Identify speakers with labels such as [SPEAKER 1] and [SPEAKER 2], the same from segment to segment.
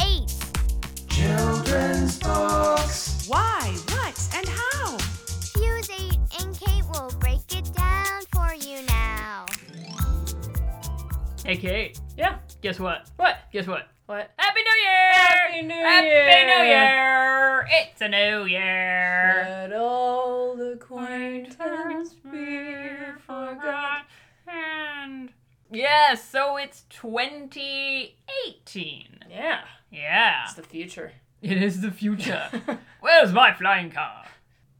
[SPEAKER 1] 8.
[SPEAKER 2] Children's books.
[SPEAKER 3] Why, what, and how?
[SPEAKER 1] Fuse 8 and Kate will break it down for you now.
[SPEAKER 4] Hey Kate.
[SPEAKER 5] Yeah.
[SPEAKER 4] Guess what?
[SPEAKER 5] What?
[SPEAKER 4] Guess what? What?
[SPEAKER 5] Happy New Year! Happy New Year! Happy New Year!
[SPEAKER 4] It's a new year.
[SPEAKER 5] Let all the quaint times be forgot.
[SPEAKER 4] And yes, so it's 2018.
[SPEAKER 5] Yeah.
[SPEAKER 4] Yeah.
[SPEAKER 5] It's the future.
[SPEAKER 4] It is the future. Where's my flying car?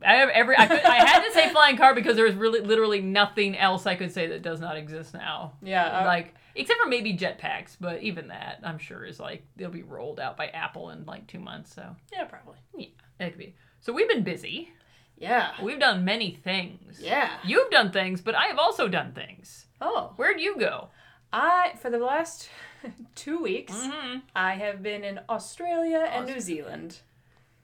[SPEAKER 4] I have every. I, could, I had to say flying car because there is really literally nothing else I could say that does not exist now.
[SPEAKER 5] Yeah. uh, I-
[SPEAKER 4] Like except for maybe jetpacks, but even that I'm sure is like they'll be rolled out by Apple in like two months. So
[SPEAKER 5] yeah, probably.
[SPEAKER 4] yeah, it could be. So we've been busy.
[SPEAKER 5] Yeah.
[SPEAKER 4] We've done many things.
[SPEAKER 5] Yeah.
[SPEAKER 4] You've done things, but I have also done things.
[SPEAKER 5] Oh.
[SPEAKER 4] Where'd you go?
[SPEAKER 5] I, for the last two weeks,
[SPEAKER 4] Mm-hmm.
[SPEAKER 5] I have been in Australia and New Zealand.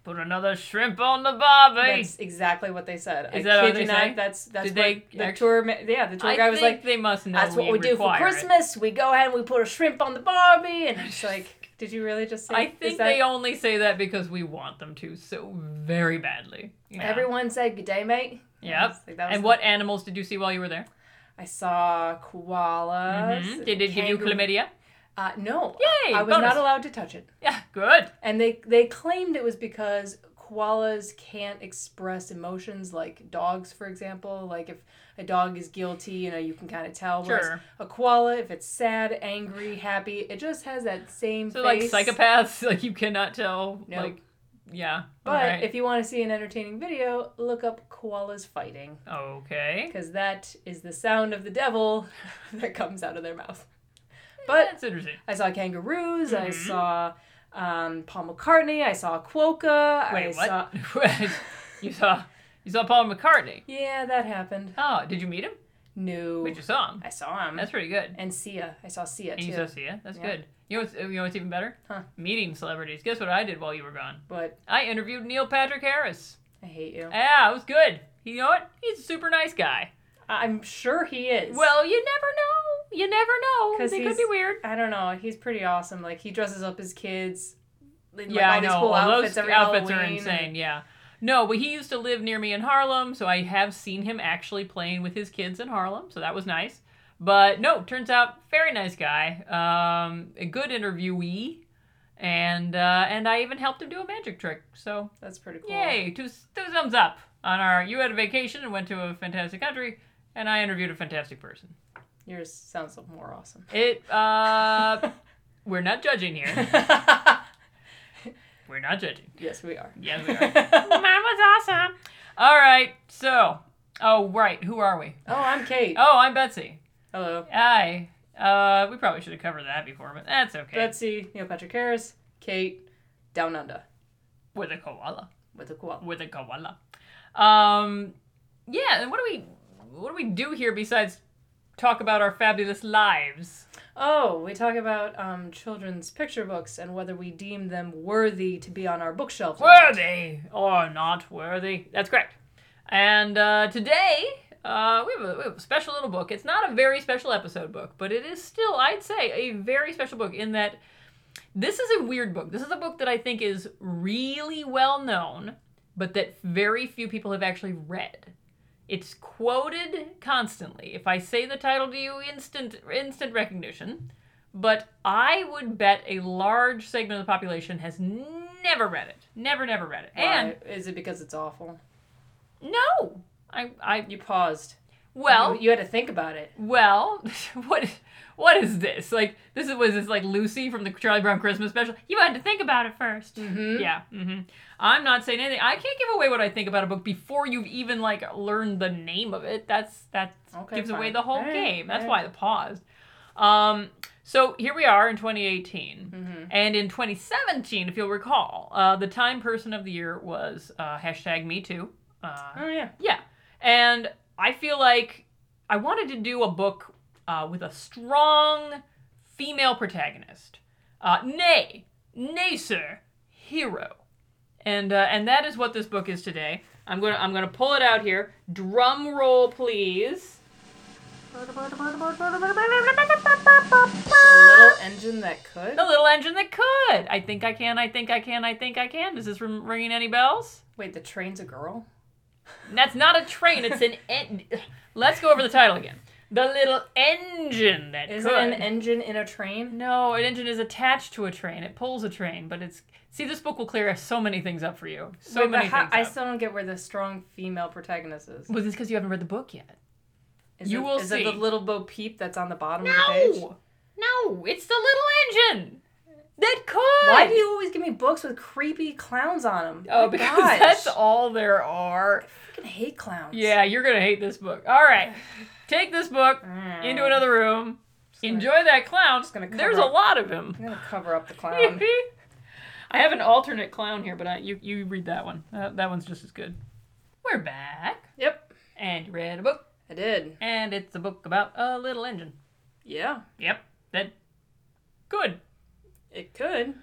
[SPEAKER 4] Put another shrimp on the barbie.
[SPEAKER 5] That's exactly what they said.
[SPEAKER 4] Is
[SPEAKER 5] I
[SPEAKER 4] that what
[SPEAKER 5] kid
[SPEAKER 4] they
[SPEAKER 5] you
[SPEAKER 4] say?
[SPEAKER 5] not. That's that's
[SPEAKER 4] Did
[SPEAKER 5] what
[SPEAKER 4] they
[SPEAKER 5] the
[SPEAKER 4] act-
[SPEAKER 5] tour. Ma- yeah, the tour
[SPEAKER 4] I
[SPEAKER 5] guy was
[SPEAKER 4] think
[SPEAKER 5] like,
[SPEAKER 4] they must know.
[SPEAKER 5] "That's what we do for
[SPEAKER 4] require it."
[SPEAKER 5] Christmas. We go ahead and we put a shrimp on the Barbie." And it's like, "Did you really just say?"
[SPEAKER 4] I
[SPEAKER 5] is
[SPEAKER 4] think
[SPEAKER 5] that-
[SPEAKER 4] they only say that because we want them to so very badly. Yeah.
[SPEAKER 5] Everyone said, "Good day, mate." I
[SPEAKER 4] Yep.
[SPEAKER 5] was like, that was
[SPEAKER 4] and
[SPEAKER 5] the-
[SPEAKER 4] what animals did you see while you were there?
[SPEAKER 5] I saw koalas.
[SPEAKER 4] Mhm. Did it give you
[SPEAKER 5] kangaroo-
[SPEAKER 4] chlamydia?
[SPEAKER 5] Uh, no.
[SPEAKER 4] Yay,
[SPEAKER 5] I was
[SPEAKER 4] bonus.
[SPEAKER 5] not allowed to touch it,
[SPEAKER 4] Yeah, good.
[SPEAKER 5] and they they claimed it was because koalas can't express emotions like dogs, for example. Like if a dog is guilty, you know, you can kind of tell. whereas
[SPEAKER 4] Sure.
[SPEAKER 5] A koala, if it's sad, angry, happy, it just has that same
[SPEAKER 4] So
[SPEAKER 5] face.
[SPEAKER 4] like psychopaths, like you cannot tell.
[SPEAKER 5] Nope.
[SPEAKER 4] Like, yeah.
[SPEAKER 5] But
[SPEAKER 4] alright.
[SPEAKER 5] if you want to see an entertaining video, look up koalas fighting.
[SPEAKER 4] okay,
[SPEAKER 5] Because that is the sound of the devil that comes out of their mouth. But
[SPEAKER 4] that's interesting.
[SPEAKER 5] I saw kangaroos. I
[SPEAKER 4] Mhm.
[SPEAKER 5] saw um, Paul McCartney. I saw Quokka. I
[SPEAKER 4] Wait,
[SPEAKER 5] Saw...
[SPEAKER 4] what? you saw you saw Paul McCartney.
[SPEAKER 5] Yeah, that happened.
[SPEAKER 4] Oh, did you meet him?
[SPEAKER 5] No,
[SPEAKER 4] Wait, you saw him.
[SPEAKER 5] I saw him.
[SPEAKER 4] That's pretty good.
[SPEAKER 5] And Sia. I saw Sia
[SPEAKER 4] And
[SPEAKER 5] too.
[SPEAKER 4] you saw Sia. That's
[SPEAKER 5] Yeah.
[SPEAKER 4] good. You know what's you know what's even better?
[SPEAKER 5] Huh.
[SPEAKER 4] Meeting celebrities. Guess what I did while you were gone?
[SPEAKER 5] But
[SPEAKER 4] I interviewed Neil Patrick Harris.
[SPEAKER 5] I hate you.
[SPEAKER 4] Yeah, it was good. You know what? He's a super nice guy.
[SPEAKER 5] I- I'm sure he is.
[SPEAKER 4] Well, you never know. You never know.
[SPEAKER 5] 'Cause
[SPEAKER 4] They could
[SPEAKER 5] he's-
[SPEAKER 4] be weird.
[SPEAKER 5] I don't know. He's pretty awesome. Like he dresses up his kids. In,
[SPEAKER 4] Yeah,
[SPEAKER 5] like,
[SPEAKER 4] I
[SPEAKER 5] all
[SPEAKER 4] know.
[SPEAKER 5] These cool
[SPEAKER 4] All
[SPEAKER 5] outfits
[SPEAKER 4] those
[SPEAKER 5] every
[SPEAKER 4] outfits are
[SPEAKER 5] Halloween.
[SPEAKER 4] insane. Yeah. No, but he used to live near me in Harlem, so I have seen him actually playing with his kids in Harlem, so that was nice. But no, turns out very nice guy, um, a good interviewee, and uh, and I even helped him do a magic trick. So
[SPEAKER 5] That's pretty cool.
[SPEAKER 4] yay, two two thumbs up on our. You had a vacation and went to a fantastic country, and I interviewed a fantastic person.
[SPEAKER 5] Yours sounds more awesome.
[SPEAKER 4] It uh, we're not judging here. We're not judging.
[SPEAKER 5] yes, we are.
[SPEAKER 4] Yes, we are. Mine was awesome. All right, so oh right, who are we?
[SPEAKER 5] oh, I'm Kate.
[SPEAKER 4] Oh, I'm Betsy.
[SPEAKER 5] Hello.
[SPEAKER 4] Hi. Uh, we probably should have covered that before, but that's okay.
[SPEAKER 5] Betsy, Neil Patrick Harris, Kate, Down Under
[SPEAKER 4] with a koala.
[SPEAKER 5] with a koala.
[SPEAKER 4] With a koala. Um, yeah. And what do we what do we do here besides talk about our fabulous lives?
[SPEAKER 5] Oh, we talk about um, children's picture books and whether we deem them worthy to be on our bookshelves. or not.
[SPEAKER 4] Worthy or not worthy? That's correct. And uh, today. Uh, we, have a, we have a special little book. It's not a very special episode book, but it is still, I'd say, a very special book in that this is a weird book. This is a book that I think is really well known, but that very few people have actually read. It's quoted constantly. If I say the title to you, instant instant recognition. But I would bet a large segment of the population has never read it. Never, never read it. And
[SPEAKER 5] Why? is it because it's awful?
[SPEAKER 4] no, I, I
[SPEAKER 5] You paused.
[SPEAKER 4] well,
[SPEAKER 5] you, you had to think about it.
[SPEAKER 4] well, what what is this? Like this is was this like Lucy from the Charlie Brown Christmas special? You had to think about it 1st
[SPEAKER 5] Mhm.
[SPEAKER 4] Yeah. hmm I'm not saying anything. I can't give away what I think about a book before you've even like learned the name of it. That's that
[SPEAKER 5] Okay,
[SPEAKER 4] gives away
[SPEAKER 5] fine.
[SPEAKER 4] the whole
[SPEAKER 5] Alright,
[SPEAKER 4] game. That's
[SPEAKER 5] alright.
[SPEAKER 4] why the pause. Um. So here we are in 2018.
[SPEAKER 5] Mm-hmm.
[SPEAKER 4] And in 2017, if you'll recall, uh, the Time Person of the Year was uh, hashtag Me Too. Uh,
[SPEAKER 5] Oh yeah.
[SPEAKER 4] yeah. And I feel like I wanted to do a book uh, with a strong female protagonist. Uh, nay, nay, sir, hero. And, uh, and that is what this book is today. I'm gonna I'm gonna pull it out here. Drum roll, please.
[SPEAKER 5] The little engine that could.
[SPEAKER 4] The little engine that could. I think I can. I think I can. I think I can. Is this ring- ringing any bells?
[SPEAKER 5] Wait, the train's a girl.
[SPEAKER 4] That's not a train. It's an. En- Let's go over the title again. The little engine that
[SPEAKER 5] Is
[SPEAKER 4] could.
[SPEAKER 5] it an engine in a train?
[SPEAKER 4] No, an engine is attached to a train. It pulls a train, but it's see this book will clear so many things up for you. So
[SPEAKER 5] Wait, but
[SPEAKER 4] many
[SPEAKER 5] how-
[SPEAKER 4] things.
[SPEAKER 5] I
[SPEAKER 4] up.
[SPEAKER 5] still don't get where the strong female protagonist is.
[SPEAKER 4] Was this because you haven't read the book yet?
[SPEAKER 5] Is
[SPEAKER 4] You
[SPEAKER 5] it,
[SPEAKER 4] will
[SPEAKER 5] is it the
[SPEAKER 4] see.
[SPEAKER 5] little Bo Peep that's on the bottom of the page?
[SPEAKER 4] No, no, it's the little engine that could.
[SPEAKER 5] Why do you always give me books with creepy clowns on them?
[SPEAKER 4] Oh,
[SPEAKER 5] My
[SPEAKER 4] because
[SPEAKER 5] gosh.
[SPEAKER 4] that's all there are.
[SPEAKER 5] I fucking hate clowns.
[SPEAKER 4] Yeah, you're gonna hate this book. All right, take this book
[SPEAKER 5] Mm.
[SPEAKER 4] into another room.
[SPEAKER 5] gonna-
[SPEAKER 4] Enjoy that clown.
[SPEAKER 5] gonna cover
[SPEAKER 4] There's a
[SPEAKER 5] up-
[SPEAKER 4] lot of him.
[SPEAKER 5] I'm gonna cover up the clown.
[SPEAKER 4] I have an alternate clown here, but I, you you read that one. Uh, that one's just as good. We're back,
[SPEAKER 5] yep,
[SPEAKER 4] and you read a book,
[SPEAKER 5] I did.
[SPEAKER 4] and it's a book about a little engine.
[SPEAKER 5] Yeah,
[SPEAKER 4] Yep, that good.
[SPEAKER 5] it could.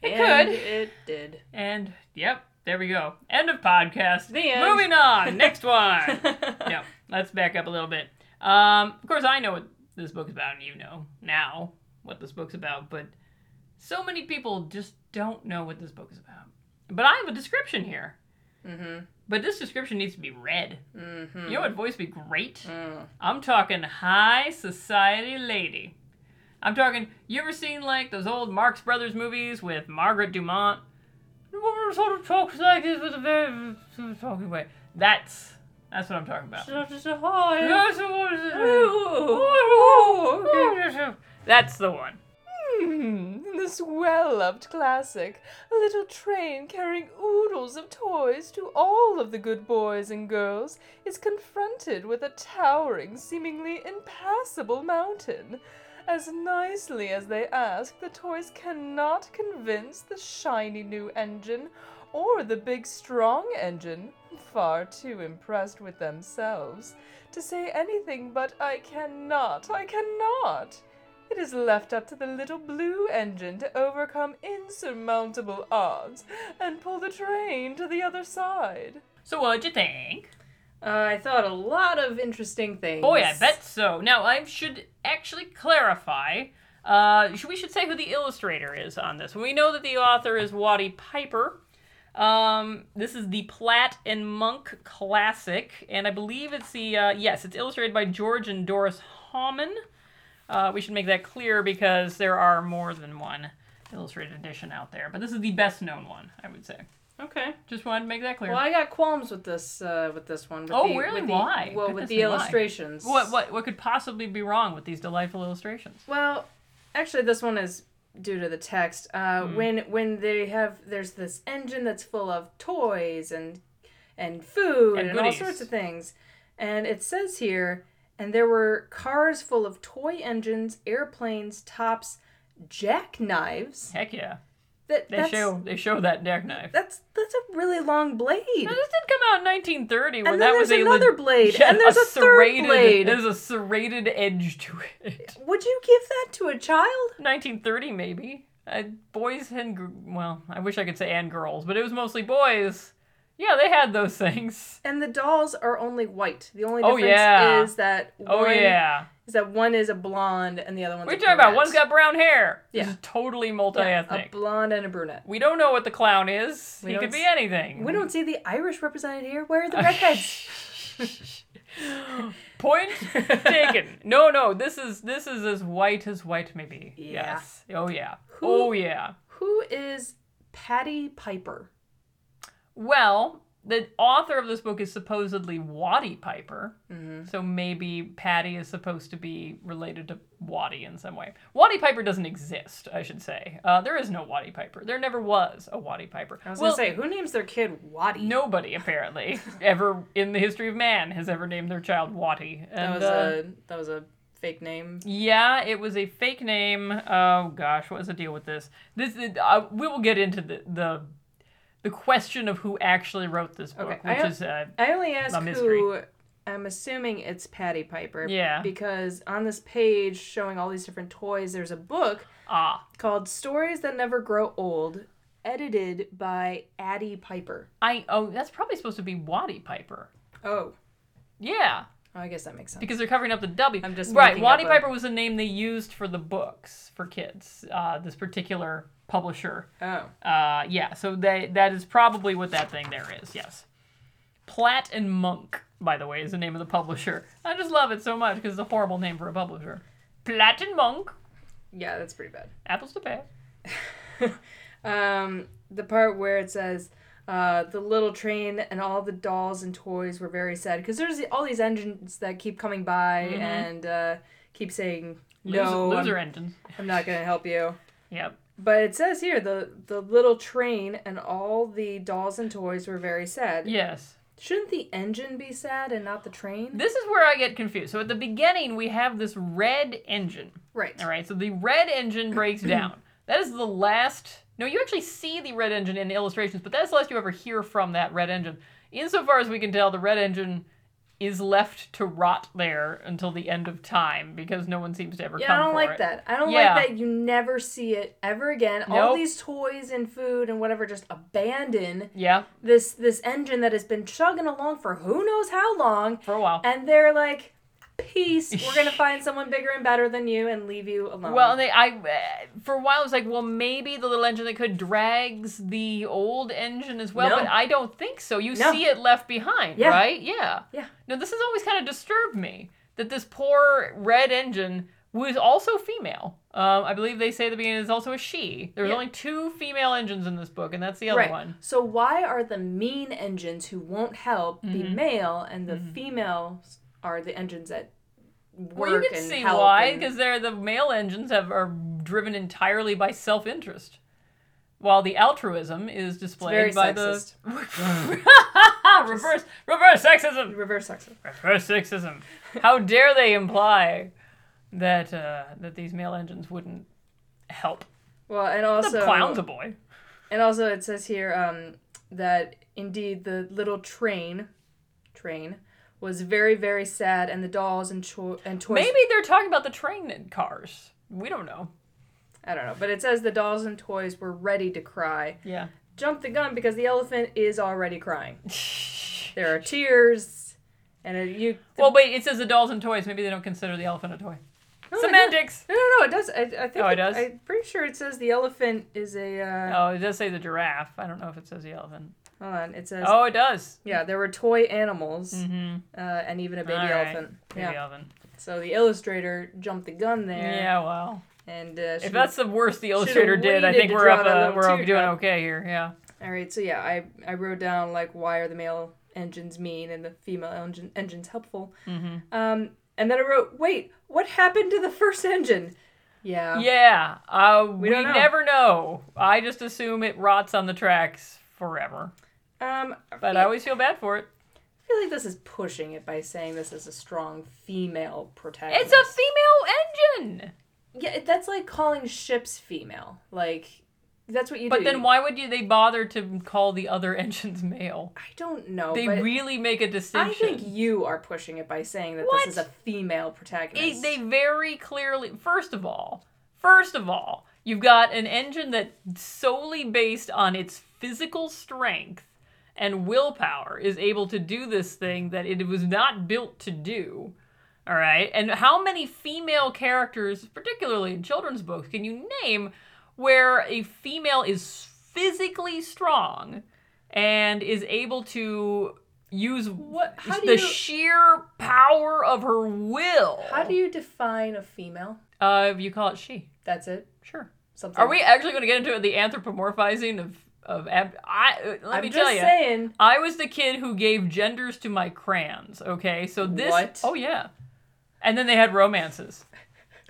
[SPEAKER 4] It
[SPEAKER 5] and
[SPEAKER 4] could.
[SPEAKER 5] It did.
[SPEAKER 4] And yep, there we go. End of podcast.
[SPEAKER 5] The end.
[SPEAKER 4] Moving on. Next one. no, let's back up a little bit. Um, of course, I know what this book is about, and you know now what this book's about, but so many people just don't know what this book is about. But I have a description here.
[SPEAKER 5] Mhm.
[SPEAKER 4] But this description needs to be read.
[SPEAKER 5] Mhm.
[SPEAKER 4] You know what voice would be great?
[SPEAKER 5] Mm.
[SPEAKER 4] I'm talking high society lady. I'm talking, you ever seen like those old Marx Brothers movies with Margaret Dumont? The woman sort of talks like this with a very sort of talking way. That's that's what I'm talking about. Yes, it was- That's the one.
[SPEAKER 5] In Mm. this well-loved classic, a little train carrying oodles of toys to all of the good boys and girls is confronted with a towering, seemingly impassable mountain. As nicely as they ask, the toys cannot convince the shiny new engine or the big strong engine, far too impressed with themselves, to say anything but, I cannot, I cannot. It is left up to the little blue engine to overcome insurmountable odds and pull the train to the other side.
[SPEAKER 4] So what'd you think?
[SPEAKER 5] Uh, I thought a lot of interesting things.
[SPEAKER 4] Boy, Oh, I bet so. Now I should actually clarify. Uh, should- we should say who the illustrator is on this. We know that the author is Waddy Piper. Um, this is the Platt and Monk classic, and I believe it's the uh, yes, it's illustrated by George and Doris Hauman. Uh, we should make that clear because there are more than one illustrated edition out there, but this is the best known one, I would say.
[SPEAKER 5] Okay.
[SPEAKER 4] Just wanted to make that clear.
[SPEAKER 5] Well, I got qualms with this uh, with this one. With
[SPEAKER 4] Oh,
[SPEAKER 5] the,
[SPEAKER 4] really?
[SPEAKER 5] With the,
[SPEAKER 4] Why?
[SPEAKER 5] Well,
[SPEAKER 4] Goodness
[SPEAKER 5] with the
[SPEAKER 4] me, why?
[SPEAKER 5] illustrations.
[SPEAKER 4] What what what could possibly be wrong with these delightful illustrations?
[SPEAKER 5] Well, actually, this one is due to the text. Uh,
[SPEAKER 4] Hmm.
[SPEAKER 5] When when they have there's this engine that's full of toys and and food
[SPEAKER 4] And
[SPEAKER 5] and, all
[SPEAKER 4] goodies.
[SPEAKER 5] sorts of things, and it says here, and there were cars full of toy engines, airplanes, tops, jackknives.
[SPEAKER 4] Heck yeah,
[SPEAKER 5] That
[SPEAKER 4] they
[SPEAKER 5] that's,
[SPEAKER 4] show they show that deck knife.
[SPEAKER 5] That's that's a really long blade.
[SPEAKER 4] Now, this did come out in 1930, when
[SPEAKER 5] And
[SPEAKER 4] that
[SPEAKER 5] then
[SPEAKER 4] was
[SPEAKER 5] there's
[SPEAKER 4] a
[SPEAKER 5] another
[SPEAKER 4] leg-
[SPEAKER 5] blade,
[SPEAKER 4] Yeah,
[SPEAKER 5] and there's a, third
[SPEAKER 4] serrated,
[SPEAKER 5] blade.
[SPEAKER 4] There's a serrated edge to it.
[SPEAKER 5] Would you give that to a child?
[SPEAKER 4] 1930 maybe. Uh, boys and gr- well, I wish I could say and girls, but it was mostly boys. Yeah, they had those things.
[SPEAKER 5] And the dolls are only white. The only
[SPEAKER 4] Oh,
[SPEAKER 5] difference
[SPEAKER 4] yeah.
[SPEAKER 5] is that one
[SPEAKER 4] Oh yeah,
[SPEAKER 5] is that one is a blonde and the other one's
[SPEAKER 4] we're
[SPEAKER 5] a
[SPEAKER 4] talking about
[SPEAKER 5] brunette.
[SPEAKER 4] one's got brown hair.
[SPEAKER 5] Yeah.
[SPEAKER 4] This is totally
[SPEAKER 5] Yeah,
[SPEAKER 4] multi-ethnic.
[SPEAKER 5] a blonde and a brunette.
[SPEAKER 4] we don't know what the clown is.
[SPEAKER 5] We
[SPEAKER 4] he
[SPEAKER 5] don't
[SPEAKER 4] could be
[SPEAKER 5] s-
[SPEAKER 4] anything.
[SPEAKER 5] We don't see the Irish represented here. Where are the redheads?
[SPEAKER 4] Point taken. No, no, this is this is as white as white may be.
[SPEAKER 5] Yeah.
[SPEAKER 4] Yes. Oh yeah.
[SPEAKER 5] Who-
[SPEAKER 4] Oh yeah.
[SPEAKER 5] Who is Patty Piper?
[SPEAKER 4] Well, the author of this book is supposedly Waddy Piper,
[SPEAKER 5] Mm-hmm.
[SPEAKER 4] so maybe Patty is supposed to be related to Waddy in some way. Waddy Piper doesn't exist, I should say. Uh, there is no Waddy Piper. There never was a Waddy Piper.
[SPEAKER 5] I was
[SPEAKER 4] Well,
[SPEAKER 5] gonna say, who names their kid Waddy?
[SPEAKER 4] nobody apparently ever in the history of man has ever named their child Waddy.
[SPEAKER 5] that
[SPEAKER 4] And,
[SPEAKER 5] was
[SPEAKER 4] uh,
[SPEAKER 5] a that was a fake name.
[SPEAKER 4] Yeah, it was a fake uh, name. Oh gosh, what was the deal with this? This uh, we will get into the the the question of who actually wrote this book,
[SPEAKER 5] Okay, I
[SPEAKER 4] which
[SPEAKER 5] don't-
[SPEAKER 4] is uh,
[SPEAKER 5] I only ask
[SPEAKER 4] A mystery.
[SPEAKER 5] who. I'm assuming it's Patty Piper.
[SPEAKER 4] Yeah.
[SPEAKER 5] Because on this page showing all these different toys, there's a book
[SPEAKER 4] ah.
[SPEAKER 5] called Stories That Never Grow Old, edited by Addie Piper.
[SPEAKER 4] I oh, that's probably supposed to be Waddy Piper.
[SPEAKER 5] Oh,
[SPEAKER 4] Yeah,
[SPEAKER 5] oh I guess that makes sense.
[SPEAKER 4] because they're covering up the W.
[SPEAKER 5] I'm just
[SPEAKER 4] right.
[SPEAKER 5] making
[SPEAKER 4] Waddy
[SPEAKER 5] up a-
[SPEAKER 4] Piper was the name they used for the books for kids. Uh, this particular publisher.
[SPEAKER 5] oh,
[SPEAKER 4] Uh, yeah. So they, that is probably what that thing there is. Yes. Platt and Monk, by the way, is the name of the publisher. I just love it so much because it's a horrible name for a publisher. Platt and Monk.
[SPEAKER 5] yeah, that's pretty bad.
[SPEAKER 4] Apples to pears.
[SPEAKER 5] Um, the part where it says uh, the little train and all the dolls and toys were very sad because there's all these engines that keep coming by and uh, keep saying no,
[SPEAKER 4] Mm-hmm. loser, loser
[SPEAKER 5] I'm,
[SPEAKER 4] engines.
[SPEAKER 5] I'm not gonna help you.
[SPEAKER 4] Yep.
[SPEAKER 5] But it says here the the little train and all the dolls and toys were very sad.
[SPEAKER 4] Yes.
[SPEAKER 5] Shouldn't the engine be sad and not the train?
[SPEAKER 4] This is where I get confused. So at the beginning, we have this red engine.
[SPEAKER 5] Right.
[SPEAKER 4] All right, so the red engine breaks down. That is the last. No, you actually see the red engine in illustrations, but that's the last you ever hear from that red engine. Insofar as we can tell, the red engine is left to rot there until the end of time because no one seems to ever
[SPEAKER 5] Yeah,
[SPEAKER 4] come
[SPEAKER 5] I don't
[SPEAKER 4] for
[SPEAKER 5] like
[SPEAKER 4] it.
[SPEAKER 5] that. I don't
[SPEAKER 4] Yeah.
[SPEAKER 5] like that you never see it ever again. All
[SPEAKER 4] Nope.
[SPEAKER 5] these toys and food and whatever just abandon
[SPEAKER 4] Yeah,
[SPEAKER 5] this this engine that has been chugging along for who knows how long
[SPEAKER 4] for a while.
[SPEAKER 5] and they're like peace we're gonna find someone bigger and better than you and leave you alone
[SPEAKER 4] Well, and they, I uh, for a while I was like, well, maybe the little engine that could drags the old engine as well,
[SPEAKER 5] No.
[SPEAKER 4] but I don't think so. You
[SPEAKER 5] No.
[SPEAKER 4] see it left behind,
[SPEAKER 5] Yeah.
[SPEAKER 4] right? Yeah.
[SPEAKER 5] Yeah.
[SPEAKER 4] No, this has always kind of disturbed me that this poor red engine was also female. Um, I believe they say at the beginning is also a she. There's
[SPEAKER 5] Yeah.
[SPEAKER 4] only two female engines in this book, and that's the other
[SPEAKER 5] right
[SPEAKER 4] one.
[SPEAKER 5] so why are the mean engines who won't help
[SPEAKER 4] Mm-hmm.
[SPEAKER 5] the male and the females are the engines that work
[SPEAKER 4] Well, you can
[SPEAKER 5] and
[SPEAKER 4] see
[SPEAKER 5] help
[SPEAKER 4] why,
[SPEAKER 5] and-
[SPEAKER 4] because they're the male engines have are driven entirely by self interest, while the altruism is displayed
[SPEAKER 5] very
[SPEAKER 4] by
[SPEAKER 5] sexist.
[SPEAKER 4] the reverse reverse sexism.
[SPEAKER 5] Ah, reverse sexism
[SPEAKER 4] Reverse sexism. How dare they imply that uh, that these male engines wouldn't help?
[SPEAKER 5] well and
[SPEAKER 4] The
[SPEAKER 5] also
[SPEAKER 4] clown's a boy.
[SPEAKER 5] And also, it says here um, that indeed the little train, train, was very very sad, and the dolls and cho- and toys.
[SPEAKER 4] Maybe they're talking about the train and cars. We don't know.
[SPEAKER 5] I don't know, but it says the dolls and toys were ready to cry.
[SPEAKER 4] Yeah.
[SPEAKER 5] Jump the gun because the elephant is already crying. there are tears, and it, you.
[SPEAKER 4] Well, wait. It says the dolls and toys. Maybe they don't consider the elephant a
[SPEAKER 5] No,
[SPEAKER 4] toy.
[SPEAKER 5] it does-
[SPEAKER 4] Semantics.
[SPEAKER 5] No, no, no, it does. I, I think.
[SPEAKER 4] Oh, it does?
[SPEAKER 5] I'm pretty sure it says the elephant is a. Uh,
[SPEAKER 4] Oh, it does say the giraffe. I don't know if it says the elephant.
[SPEAKER 5] Hold on, it says.
[SPEAKER 4] Oh, it does.
[SPEAKER 5] Yeah, there were toy animals, uh, and even a baby
[SPEAKER 4] All right.
[SPEAKER 5] elephant.
[SPEAKER 4] Baby
[SPEAKER 5] yeah.
[SPEAKER 4] elephant.
[SPEAKER 5] So the illustrator jumped the gun there.
[SPEAKER 4] Yeah, well,
[SPEAKER 5] And uh, she-
[SPEAKER 4] if that's the worst the illustrator did, I
[SPEAKER 5] waited
[SPEAKER 4] think
[SPEAKER 5] to
[SPEAKER 4] we're
[SPEAKER 5] draw
[SPEAKER 4] up.
[SPEAKER 5] that
[SPEAKER 4] Uh,
[SPEAKER 5] little
[SPEAKER 4] we're up doing
[SPEAKER 5] teardrop.
[SPEAKER 4] okay here. Yeah.
[SPEAKER 5] all right, so yeah, I I wrote down like why are the male engines mean and the female engine engines helpful.
[SPEAKER 4] Mm-hmm.
[SPEAKER 5] Um, and then I wrote, wait, what happened to the first engine? Yeah.
[SPEAKER 4] Yeah. Uh, we
[SPEAKER 5] don't know.
[SPEAKER 4] never know. I just assume it rots on the tracks forever.
[SPEAKER 5] Um, I
[SPEAKER 4] But I
[SPEAKER 5] feel-
[SPEAKER 4] always feel bad for it.
[SPEAKER 5] I feel like this is pushing it by saying this is a strong female protagonist.
[SPEAKER 4] It's a female engine.
[SPEAKER 5] yeah. That's like calling ships female. Like that's what you
[SPEAKER 4] But
[SPEAKER 5] do.
[SPEAKER 4] then why would you, they bother to call the other engines male?
[SPEAKER 5] I don't know.
[SPEAKER 4] They
[SPEAKER 5] but
[SPEAKER 4] really make a
[SPEAKER 5] I
[SPEAKER 4] distinction.
[SPEAKER 5] think you are pushing it by saying that
[SPEAKER 4] What?
[SPEAKER 5] this is a female
[SPEAKER 4] It,
[SPEAKER 5] protagonist.
[SPEAKER 4] they very clearly, first of all, first of all, you've got an engine that's solely based on its physical strength and willpower is able to do this thing that it was not built to do. All right. And how many female characters, particularly in children's books, can you name where a female is physically strong and is able to use what
[SPEAKER 5] how do
[SPEAKER 4] the
[SPEAKER 5] you-
[SPEAKER 4] sheer power of her will?
[SPEAKER 5] How do you define a female?
[SPEAKER 4] Uh, you call it she.
[SPEAKER 5] That's it.
[SPEAKER 4] Sure.
[SPEAKER 5] Something.
[SPEAKER 4] Are we actually going to get into the anthropomorphizing of of ab- I? uh, Let
[SPEAKER 5] I'm
[SPEAKER 4] me
[SPEAKER 5] just
[SPEAKER 4] tell you.
[SPEAKER 5] saying.
[SPEAKER 4] I was the kid who gave genders to my crayons. Okay, so this.
[SPEAKER 5] What?
[SPEAKER 4] Oh yeah, and then they had romances.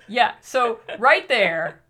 [SPEAKER 4] Yeah, so right there,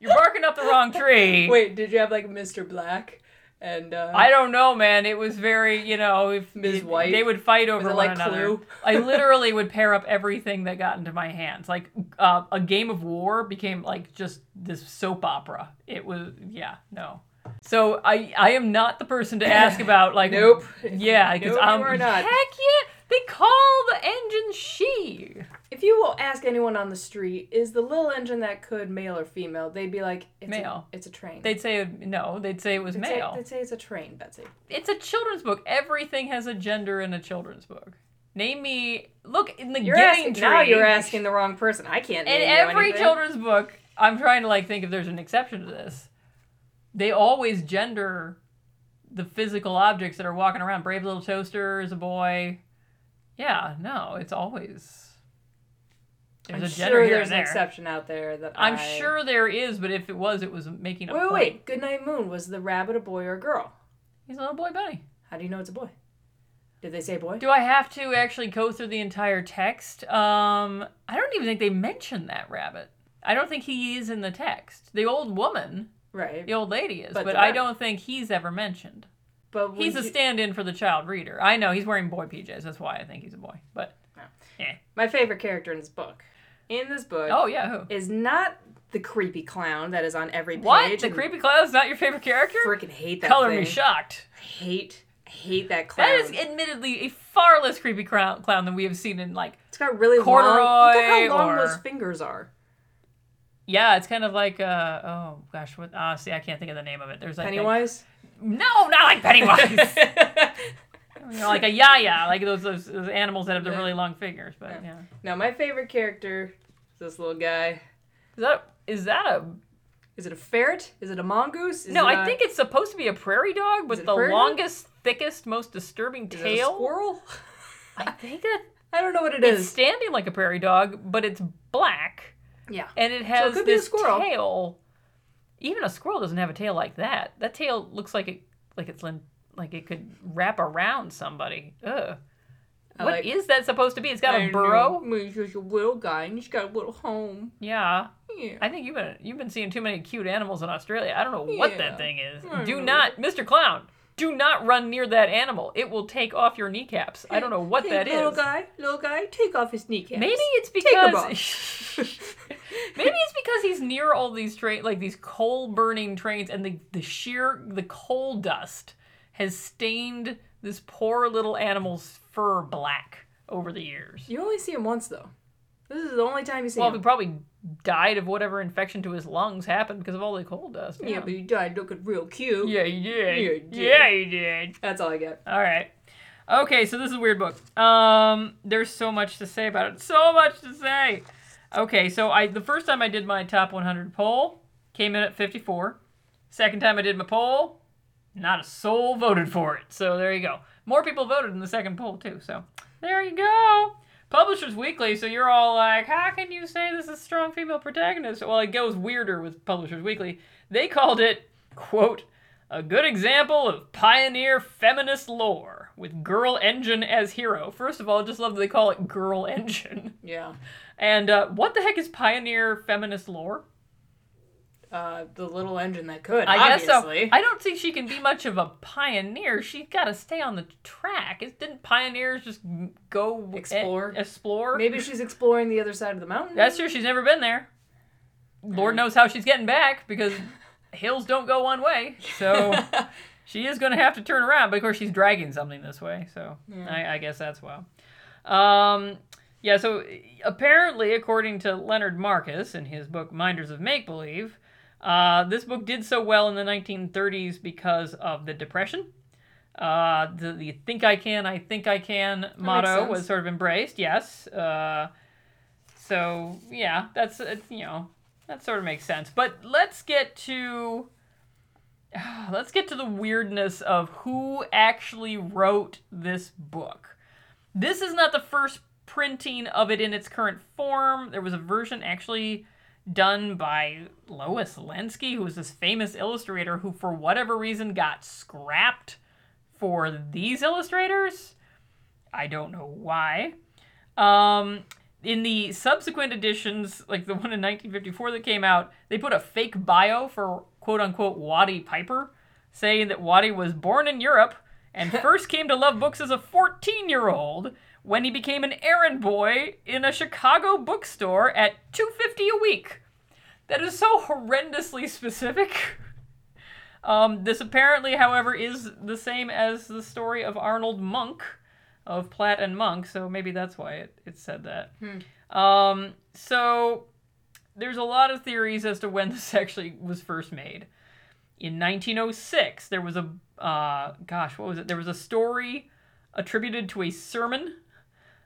[SPEAKER 4] you're barking up the wrong tree.
[SPEAKER 5] Wait, did you have like Mr. Black and uh,
[SPEAKER 4] I don't know, man. It was very, you know, if
[SPEAKER 5] Ms.
[SPEAKER 4] if
[SPEAKER 5] White?
[SPEAKER 4] they would fight over
[SPEAKER 5] it
[SPEAKER 4] one
[SPEAKER 5] like
[SPEAKER 4] another.
[SPEAKER 5] Clue?
[SPEAKER 4] I literally would pair up everything that got into my hands. Like uh, a game of war became like just this soap opera. It was, yeah, no. So I I am not the person to ask about like
[SPEAKER 5] Nope.
[SPEAKER 4] yeah because
[SPEAKER 5] Nope, you
[SPEAKER 4] um
[SPEAKER 5] are not.
[SPEAKER 4] heck yeah they call the engine she
[SPEAKER 5] If you will ask anyone on the street, is the little engine that could male or female? They'd be like, it's
[SPEAKER 4] Male.
[SPEAKER 5] A, it's a train.
[SPEAKER 4] they'd say no they'd say it was
[SPEAKER 5] They'd say-
[SPEAKER 4] male
[SPEAKER 5] they'd say it's a train, Betsy.
[SPEAKER 4] it's a children's book everything has a gender in a children's book name me look in the
[SPEAKER 5] You're
[SPEAKER 4] giving
[SPEAKER 5] asking now. You're
[SPEAKER 4] Tree-
[SPEAKER 5] asking the wrong person. I can't.
[SPEAKER 4] in
[SPEAKER 5] name you
[SPEAKER 4] every
[SPEAKER 5] anything.
[SPEAKER 4] children's book i'm trying to like think if there's an exception to this they always gender the physical objects that are walking around brave little toaster is a boy yeah no it's always there's
[SPEAKER 5] I'm
[SPEAKER 4] a gender
[SPEAKER 5] sure
[SPEAKER 4] here
[SPEAKER 5] there's
[SPEAKER 4] and
[SPEAKER 5] an
[SPEAKER 4] there.
[SPEAKER 5] exception out there that
[SPEAKER 4] i'm
[SPEAKER 5] I-
[SPEAKER 4] sure there is but if it was it was making a
[SPEAKER 5] Wait, wait,
[SPEAKER 4] point.
[SPEAKER 5] wait. Goodnight Moon was the rabbit a boy or a girl?
[SPEAKER 4] he's a little boy bunny
[SPEAKER 5] How do you know it's a boy? Did they say boy?
[SPEAKER 4] do i have to actually go through the entire text um i don't even think they mention that rabbit i don't think he is in the text the old woman
[SPEAKER 5] right.
[SPEAKER 4] The old lady is, but,
[SPEAKER 5] But the
[SPEAKER 4] I
[SPEAKER 5] rep-
[SPEAKER 4] don't think he's ever mentioned.
[SPEAKER 5] But
[SPEAKER 4] He's a
[SPEAKER 5] would you-
[SPEAKER 4] stand-in for the child reader. I know he's wearing boy PJs. That's why I think he's a boy. But
[SPEAKER 5] my favorite character in this book. In this book
[SPEAKER 4] oh yeah, who?
[SPEAKER 5] is not the creepy clown that is on every page.
[SPEAKER 4] What? The
[SPEAKER 5] and
[SPEAKER 4] creepy clown's not your favorite character?
[SPEAKER 5] Freaking hate that.
[SPEAKER 4] Color
[SPEAKER 5] thing.
[SPEAKER 4] me shocked.
[SPEAKER 5] Hate, hate that clown.
[SPEAKER 4] That is admittedly a far less creepy clown, clown than we have seen in like.
[SPEAKER 5] It's got really long. Look
[SPEAKER 4] corduroy
[SPEAKER 5] at how long
[SPEAKER 4] or-
[SPEAKER 5] those fingers are.
[SPEAKER 4] Yeah, it's kind of like uh oh gosh what ah see I can't think of the name of it. There's like that-
[SPEAKER 5] Pennywise.
[SPEAKER 4] no, not like Pennywise. you know, like a yaya, like those, those those animals that have the really long fingers. But yeah,
[SPEAKER 5] no, my favorite character is this little guy.
[SPEAKER 4] is that is that a
[SPEAKER 5] Is it a ferret? Is it a mongoose? Is
[SPEAKER 4] No,
[SPEAKER 5] it
[SPEAKER 4] I
[SPEAKER 5] a-
[SPEAKER 4] think it's supposed to be a prairie dog
[SPEAKER 5] it
[SPEAKER 4] with
[SPEAKER 5] a
[SPEAKER 4] the
[SPEAKER 5] prairie dog?
[SPEAKER 4] longest, thickest, most disturbing
[SPEAKER 5] is it a
[SPEAKER 4] tail.
[SPEAKER 5] squirrel.
[SPEAKER 4] I think that
[SPEAKER 5] I don't know what it
[SPEAKER 4] it's
[SPEAKER 5] is.
[SPEAKER 4] standing like a prairie dog, but it's black
[SPEAKER 5] Yeah.
[SPEAKER 4] and it has
[SPEAKER 5] could be a
[SPEAKER 4] this
[SPEAKER 5] squirrel.
[SPEAKER 4] tail. Even a squirrel doesn't have a tail like that. That tail looks like it, like it's lin- like it could wrap around somebody. Ugh. What
[SPEAKER 5] I
[SPEAKER 4] is
[SPEAKER 5] like-
[SPEAKER 4] that supposed to be? It's got a
[SPEAKER 5] I
[SPEAKER 4] burrow.
[SPEAKER 5] know. He's just a little guy and he's got a little home.
[SPEAKER 4] Yeah,
[SPEAKER 5] Yeah.
[SPEAKER 4] I think you've been you've been seeing too many cute animals in Australia. I don't know what
[SPEAKER 5] Yeah.
[SPEAKER 4] that thing is.
[SPEAKER 5] I
[SPEAKER 4] Do
[SPEAKER 5] know.
[SPEAKER 4] not, Mr. Clown. Do not run near that animal. It will take off your kneecaps. I don't know what
[SPEAKER 5] Hey,
[SPEAKER 4] that is.
[SPEAKER 5] little guy, little guy, take off his kneecaps.
[SPEAKER 4] Maybe it's
[SPEAKER 5] a
[SPEAKER 4] because maybe it's because he's near all these train like these coal burning trains and the the sheer the coal dust has stained this poor little animal's fur black over the years.
[SPEAKER 5] You only see him once though. This is the only time you see
[SPEAKER 4] Well, he
[SPEAKER 5] him.
[SPEAKER 4] probably died of whatever infection to his lungs happened because of all the coal dust.
[SPEAKER 5] Yeah, but he died looking real cute.
[SPEAKER 4] Yeah, you did.
[SPEAKER 5] Yeah, you did.
[SPEAKER 4] Yeah, you did.
[SPEAKER 5] That's all I get.
[SPEAKER 4] All right. Okay, so this is a weird book. Um, there's so much to say about it. So much to say. Okay, so I the first time I did my top 100 poll came in at 54. Second time I did my poll, not a soul voted for it. So there you go. More people voted in the second poll too. So there you go. Publishers Weekly. So you're all like, how can you say this is strong female protagonist? Well, it goes weirder with Publishers Weekly. They called it quote a good example of pioneer feminist lore with girl engine as hero. First of all, I just love that they call it girl engine.
[SPEAKER 5] Yeah.
[SPEAKER 4] And uh, what the heck is pioneer feminist lore?
[SPEAKER 5] Uh, the little engine that could.
[SPEAKER 4] I
[SPEAKER 5] obviously.
[SPEAKER 4] guess so. I don't think she can be much of a pioneer. She's got to stay on the track. It, didn't pioneers just go e-
[SPEAKER 5] Explore?
[SPEAKER 4] explore?
[SPEAKER 5] Maybe she's exploring the other side of the mountain.
[SPEAKER 4] That's true. She's never been there. Lord knows how she's getting back because hills don't go one way. So she is going to have to turn around. But of course, she's dragging something this way. So I, I guess that's why. Um, yeah, so apparently, according to Leonard Marcus in his book Minders of Make Believe, uh, this book did so well in the 1930s because of the Depression. Uh, the, the think I can, I think I can motto
[SPEAKER 5] sense.
[SPEAKER 4] was sort of embraced, yes. Uh, so, yeah, that's, it's, you know, that sort of makes sense. But let's get to. Let's get to the weirdness of who actually wrote this book. This is not the first printing of it in its current form. There was a version actually done by Lois Lenski, who was this famous illustrator who, for whatever reason, got scrapped for these illustrators. I don't know why. Um, in the subsequent editions, like the one in 1954 that came out, they put a fake bio for quote unquote Waddy Piper, saying that Waddy was born in Europe and first came to love books as a 14 year old when he became an errand boy in a Chicago bookstore at 250 a week. That is so horrendously specific. Um, this apparently, however, is the same as the story of Arnold Monk, of Platt and Monk, so maybe that's why it, it said that. Um, so there's a lot of theories as to when this actually was first made. In 1906, there was a, uh, gosh, what was it? There was a story attributed to a sermon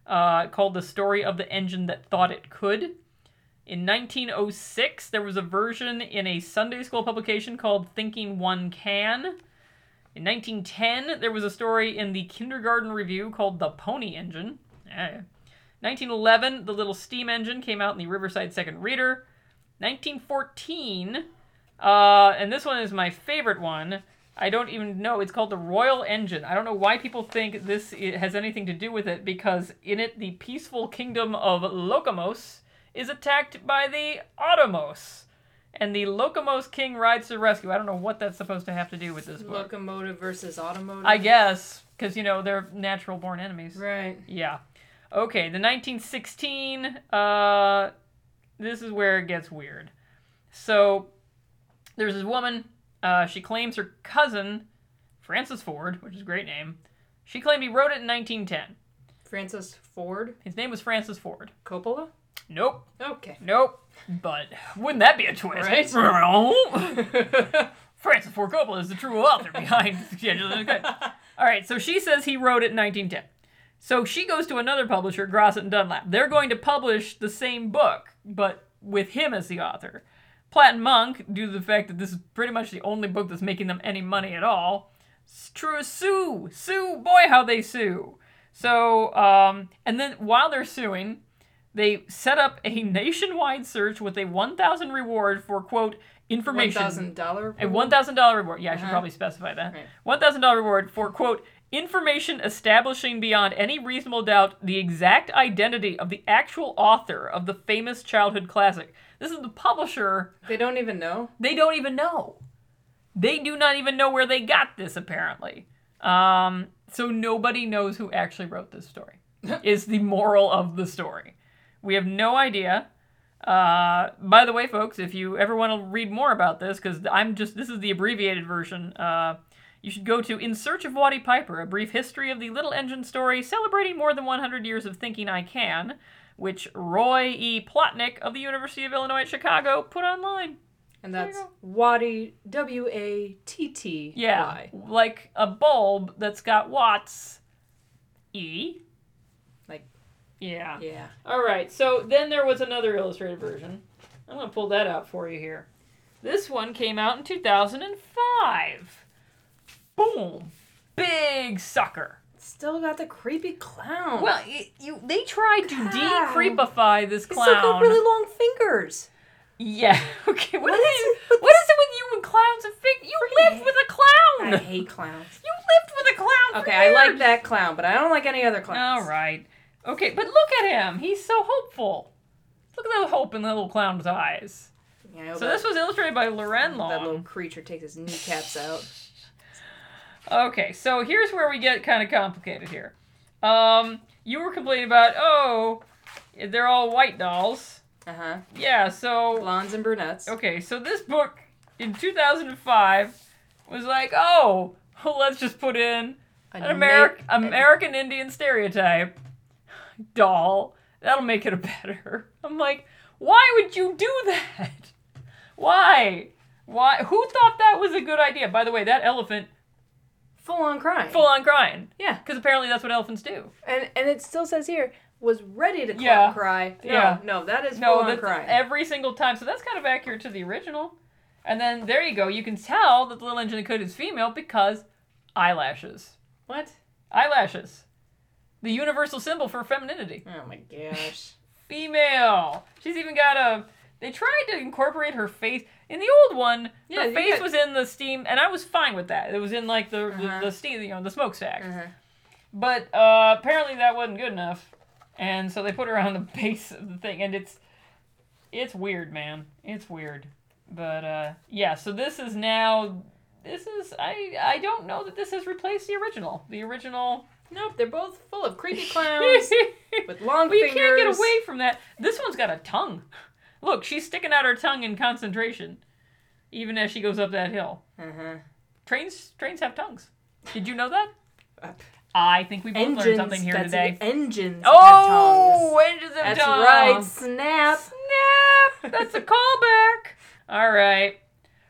[SPEAKER 4] uh, called The Story of the Engine That Thought It Could. In 1906, there was a version in a Sunday school publication called Thinking One Can. In 1910, there was a story in the Kindergarten Review called The Pony Engine. Eh. 1911, The Little Steam Engine came out in the Riverside Second Reader. 1914, uh, and this one is my favorite one. I don't even know. It's called the Royal Engine. I don't know why people think this i- has anything to do with it because in it, the peaceful kingdom of Locomos is attacked by the Automos. And the Locomos king rides to the rescue. I don't know what that's supposed to have to do with this book.
[SPEAKER 5] Locomotive versus automotive.
[SPEAKER 4] I guess, because you know they're natural born enemies.
[SPEAKER 5] Right.
[SPEAKER 4] Yeah. Okay, the 1916. Uh, this is where it gets weird. So there's this woman. Uh, she claims her cousin, Francis Ford, which is a great name. She claimed he wrote it in 1910.
[SPEAKER 5] Francis Ford
[SPEAKER 4] His name was Francis Ford.
[SPEAKER 5] Coppola.
[SPEAKER 4] Nope.
[SPEAKER 5] Okay.
[SPEAKER 4] Nope. But wouldn't that be a twist? Francis Ford Coppola is the true author behind Schedule Good. All right, so she says he wrote it in 1910. So she goes to another publisher, Grosset and Dunlap. They're going to publish the same book, but with him as the author. Platt and Monk, due to the fact that this is pretty much the only book that's making them any money at all, s- true as sue, sue, boy, how they sue. So, um, and then while they're suing, they set up a nationwide search with a 1,000 reward for quote
[SPEAKER 5] One
[SPEAKER 4] information.
[SPEAKER 5] thousand dollar.
[SPEAKER 4] A one thousand dollar reward. Yeah, I should probably specify that.
[SPEAKER 5] Right.
[SPEAKER 4] One thousand dollar reward for quote information establishing beyond any reasonable doubt the exact identity of the actual author of the famous childhood classic. This is the publisher.
[SPEAKER 5] They don't even know.
[SPEAKER 4] They don't even know. They do not even know where they got this apparently. Um, so nobody knows who actually wrote this story. is the moral of the story. We have no idea. Uh, by the way, folks, if you ever want to read more about this, because I'm just this is the abbreviated version. Uh, you should go to In Search of Waddy Piper: A Brief History of the Little Engine Story, celebrating more than 100 years of thinking I can, which Roy E. Plotnick of the University of Illinois at Chicago put online.
[SPEAKER 5] And that's Watty W A T T Y.
[SPEAKER 4] Yeah, like a bulb that's got watts. E.
[SPEAKER 5] Like-
[SPEAKER 4] Yeah.
[SPEAKER 5] Yeah.
[SPEAKER 4] All right, so then there was another illustrated version. I'm going to pull that out for you here. This one came out in 2005. Boom. Big sucker.
[SPEAKER 5] Still got the creepy clown.
[SPEAKER 4] Well, y you, they tried to
[SPEAKER 5] God.
[SPEAKER 4] decreepify this
[SPEAKER 5] he's still
[SPEAKER 4] clown.
[SPEAKER 5] got really long fingers.
[SPEAKER 4] yeah. Okay. What,
[SPEAKER 5] What
[SPEAKER 4] is
[SPEAKER 5] is
[SPEAKER 4] it?
[SPEAKER 5] it with
[SPEAKER 4] What is it with you and clowns and fig? You lived with a clown.
[SPEAKER 5] I hate clowns.
[SPEAKER 4] You lived with a clown. for
[SPEAKER 5] Okay, I like
[SPEAKER 4] years.
[SPEAKER 5] that clown, but I don't like any other clowns.
[SPEAKER 4] All right. Okay, but look at him. He's so hopeful. Look at the hope in the little clown's eyes.
[SPEAKER 5] Yeah, I hope
[SPEAKER 4] So
[SPEAKER 5] that-
[SPEAKER 4] this was illustrated by Loren
[SPEAKER 5] that little
[SPEAKER 4] Long.
[SPEAKER 5] creature takes his kneecaps out.
[SPEAKER 4] Okay, so here's where we get kind of complicated here. Um, you were complaining about oh, they're all white dolls.
[SPEAKER 5] Uh
[SPEAKER 4] Uh-huh.
[SPEAKER 5] huh.
[SPEAKER 4] Yeah. So
[SPEAKER 5] Blondes and brunettes.
[SPEAKER 4] okay, so this book in 2005 was like oh, let's just put in
[SPEAKER 5] An
[SPEAKER 4] an American American Indian stereotype doll. That'll make it a better. I'm like, why would you do that? Why? Why? Who thought that was a good idea? By the way, that elephant
[SPEAKER 5] Full on crying.
[SPEAKER 4] full on crying.
[SPEAKER 5] Yeah.
[SPEAKER 4] because apparently that's what elephants do.
[SPEAKER 5] And and it still says here was ready to clap
[SPEAKER 4] Yeah.
[SPEAKER 5] and cry. No,
[SPEAKER 4] Yeah.
[SPEAKER 5] no, that is
[SPEAKER 4] No,
[SPEAKER 5] full on
[SPEAKER 4] that's
[SPEAKER 5] crying.
[SPEAKER 4] every single time. So that's kind of accurate to the original. And then there you go. You can tell that the little engine that could is female because eyelashes.
[SPEAKER 5] what?
[SPEAKER 4] Eyelashes, the universal symbol for femininity.
[SPEAKER 5] Oh my gosh.
[SPEAKER 4] female. She's even got a. They tried to incorporate her face in the old one.
[SPEAKER 5] Yeah,
[SPEAKER 4] her
[SPEAKER 5] you
[SPEAKER 4] face
[SPEAKER 5] got-
[SPEAKER 4] was in the steam, and I was fine with that. It was in like the
[SPEAKER 5] Uh-huh.
[SPEAKER 4] the, the steam, you know, the smokestack.
[SPEAKER 5] Uh-huh.
[SPEAKER 4] But uh, apparently that wasn't good enough, and so they put her on the base of the thing, and it's it's weird, man. It's weird. But uh, yeah, so this is now. This is I I don't know that this has replaced the original. The original
[SPEAKER 5] nope, they're both full of creepy clowns with long
[SPEAKER 4] Well, you
[SPEAKER 5] fingers.
[SPEAKER 4] can't get away from that. This one's got a tongue. Look, she's sticking out her tongue in concentration. even as she goes up that hill.
[SPEAKER 5] Uh-huh.
[SPEAKER 4] Trains trains have tongues. Did you know that? I think we both learned something here
[SPEAKER 5] that's
[SPEAKER 4] today.
[SPEAKER 5] it, Engines.
[SPEAKER 4] Oh, uh,
[SPEAKER 5] have tongues.
[SPEAKER 4] engines have
[SPEAKER 5] that's
[SPEAKER 4] tongues.
[SPEAKER 5] right. Snap.
[SPEAKER 4] Snap! That's a callback. All right.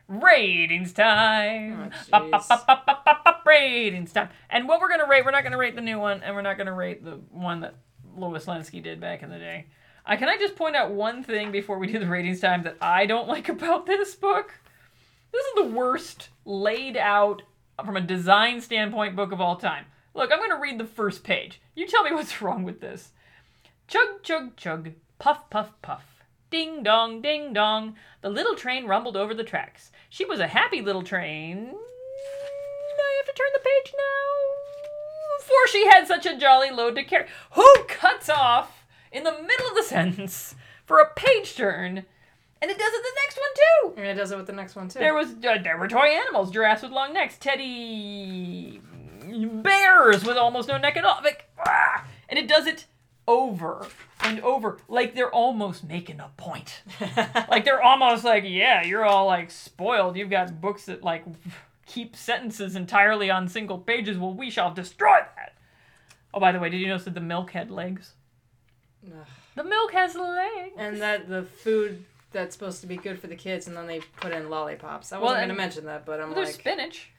[SPEAKER 4] Ratings time.
[SPEAKER 5] Oh,
[SPEAKER 4] Bop, bop,
[SPEAKER 5] jeez.
[SPEAKER 4] bop, bop, bop, bop, bop, ratings time. And what we're going to rate, we're not going to rate the new one, and we're not going to rate the one that Lois Lansky did back in the day. Uh, can I just point out one thing before we do the ratings time that I don't like about this book? This is the worst laid out, from a design standpoint, book of all time. Look, I'm going to read the first page. You tell me what's wrong with this. Chug, chug, chug. Puff, puff, puff. Ding dong, ding dong. The little train rumbled over the tracks. She was a happy little train. I have to turn the page now. For she had such a jolly load to carry. Who cuts off in the middle of the sentence for a page turn? And it does it the next one too.
[SPEAKER 5] And it does it with the next one too.
[SPEAKER 4] There was uh, there were toy animals, giraffes with long necks, teddy bears with almost no neck at all. Like, ah! and it does it over and over, like they're almost making a point. like they're almost like, yeah, you're all like spoiled. You've got books that like keep sentences entirely on single pages. Well, we shall destroy that. Oh, by the way, did you notice that the milk had legs?
[SPEAKER 5] Ugh.
[SPEAKER 4] The milk has legs.
[SPEAKER 5] and that the food that's supposed to be good for the kids, and then they put in lollipops. I wasn't
[SPEAKER 4] Well,
[SPEAKER 5] going to
[SPEAKER 4] and-
[SPEAKER 5] mention that, but I'm
[SPEAKER 4] Well,
[SPEAKER 5] like,
[SPEAKER 4] there's spinach.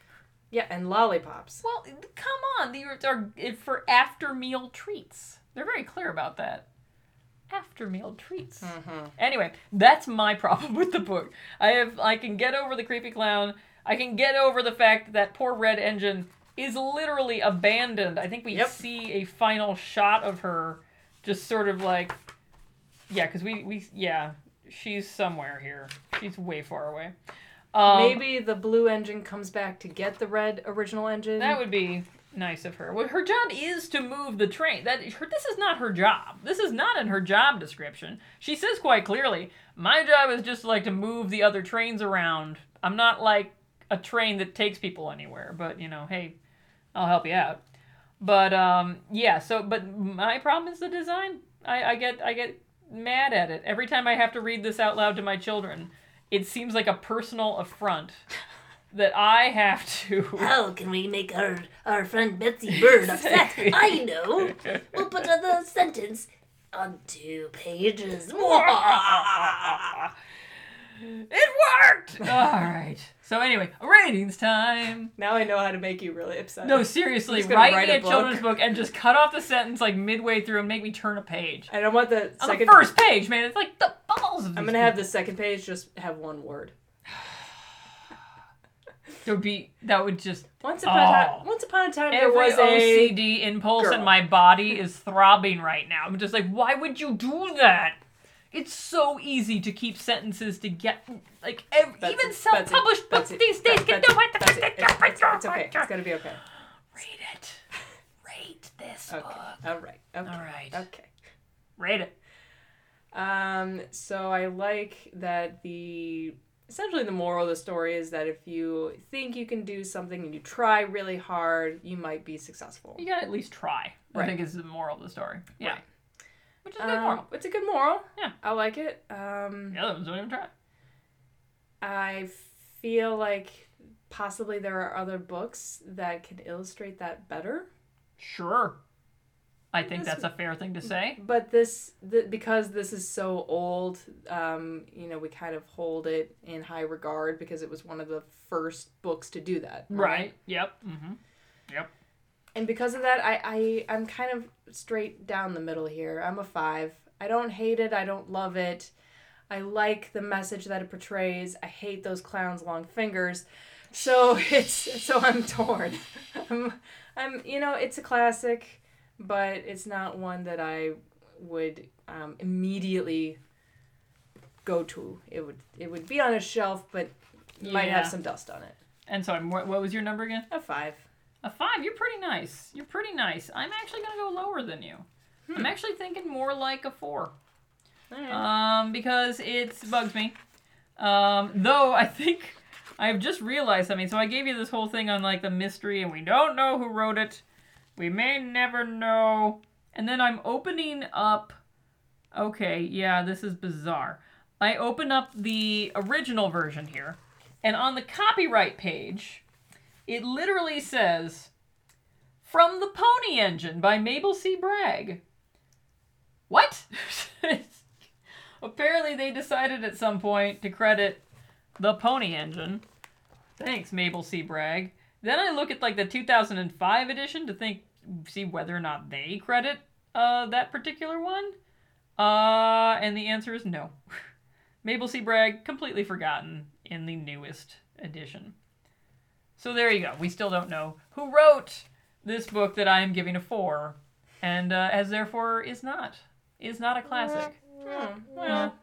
[SPEAKER 5] yeah, and lollipops.
[SPEAKER 4] Well, come on. These are eh, for after meal treats. They're very clear about that. After meal treats.
[SPEAKER 5] Mm-hmm.
[SPEAKER 4] Anyway, that's my problem with the book. I have I can get over the creepy clown. I can get over the fact that that poor red engine is literally abandoned. I think we
[SPEAKER 5] Yep.
[SPEAKER 4] see a final shot of her just sort of like yeah, cuz we we yeah, she's somewhere here. She's way far away. Um,
[SPEAKER 5] Maybe the blue engine comes back to get the red original engine.
[SPEAKER 4] That would be nice of her. Well, her job is to move the train. That her, this is not her job. This is not in her job description. She says quite clearly, "My job is just like to move the other trains around. I'm not like a train that takes people anywhere, but you know, hey, I'll help you out." But um, yeah. So, but my problem is the design. I, I get I get mad at it every time I have to read this out loud to my children. It seems like a personal affront that I have to.
[SPEAKER 6] How can we make our, our friend Betsy Bird upset? I know. We'll put another sentence on two pages.
[SPEAKER 4] It worked! All right. So anyway, ratings time.
[SPEAKER 5] now I know how to make you really upset.
[SPEAKER 4] No, seriously,
[SPEAKER 5] just gonna
[SPEAKER 4] write,
[SPEAKER 5] write
[SPEAKER 4] me
[SPEAKER 5] a
[SPEAKER 4] a,
[SPEAKER 5] book.
[SPEAKER 4] children's book and just cut off the sentence like midway through and make me turn a page.
[SPEAKER 5] I don't want the
[SPEAKER 4] On
[SPEAKER 5] second.
[SPEAKER 4] the first page, man, it's like the balls of
[SPEAKER 5] I'm
[SPEAKER 4] these
[SPEAKER 5] gonna have the second page just have one word.
[SPEAKER 4] people. There would be that would just
[SPEAKER 5] Once upon a
[SPEAKER 4] Oh.
[SPEAKER 5] time, once upon a time there
[SPEAKER 4] every
[SPEAKER 5] was a
[SPEAKER 4] OCD impulse
[SPEAKER 5] girl.
[SPEAKER 4] in my body is throbbing right now. I'm just like, why would you do that? It's so easy to keep sentences to get like ev-
[SPEAKER 5] That's
[SPEAKER 4] even
[SPEAKER 5] it, that's it,
[SPEAKER 4] self-published books
[SPEAKER 5] that's it,
[SPEAKER 4] these days
[SPEAKER 5] that's
[SPEAKER 4] can
[SPEAKER 5] it,
[SPEAKER 4] do it.
[SPEAKER 5] that's it, It's, it's, it's okay. It's gonna be okay.
[SPEAKER 4] Read it. Rate this
[SPEAKER 5] Okay.
[SPEAKER 4] book.
[SPEAKER 5] All right. Okay.
[SPEAKER 4] All right.
[SPEAKER 5] Okay.
[SPEAKER 4] Rate it.
[SPEAKER 5] Um, so I like that the essentially the moral of the story is that if you think you can do something and you try really hard, you might be successful.
[SPEAKER 4] You gotta at least try. I
[SPEAKER 5] Right.
[SPEAKER 4] think is the moral of the story. Yeah.
[SPEAKER 5] Right.
[SPEAKER 4] Which is a good
[SPEAKER 5] Um,
[SPEAKER 4] moral.
[SPEAKER 5] It's a good moral.
[SPEAKER 4] Yeah.
[SPEAKER 5] I like it. Um,
[SPEAKER 4] The other ones don't even try.
[SPEAKER 5] I feel like possibly there are other books that can illustrate that better.
[SPEAKER 4] Sure. I think
[SPEAKER 5] This-
[SPEAKER 4] that's a fair thing to say.
[SPEAKER 5] But this, th- because this is so old, um, you know, we kind of hold it in high regard because it was one of the first books to do that.
[SPEAKER 4] Yep. Mm-hmm. Yep.
[SPEAKER 5] and because of that I, I i'm kind of straight down the middle here i'm a five i don't hate it i don't love it i like the message that it portrays i hate those clowns long fingers so it's so i'm torn I'm, I'm you know it's a classic but it's not one that i would um, immediately go to it would it would be on a shelf but might have
[SPEAKER 4] Yeah.
[SPEAKER 5] some dust on it
[SPEAKER 4] And so, I'm- what, what was your number again?
[SPEAKER 5] a five
[SPEAKER 4] A five. You're pretty nice. You're pretty nice. I'm actually gonna go lower than you. I'm actually thinking more like a four. Um, because it bugs me. Um, though I think I've just realized something. So I gave you this whole thing on like the mystery, and we don't know who wrote it. We may never know. And then I'm opening up. Okay, yeah, this is bizarre. I open up the original version here, And on the copyright page, it literally says From the Pony Engine by Mabel C. Bragg. What? Apparently, they decided at some point to credit the Pony Engine. Thanks, Mabel C. Bragg. Then I look at like the 2005 edition to think, see whether or not they credit uh, that particular one. Uh, and the answer is no. Mabel C. Bragg completely forgotten in the newest edition. So there you go. We still don't know who wrote this book that I am giving a four, and uh, as therefore is not is not a classic.
[SPEAKER 5] Hmm.
[SPEAKER 4] Well,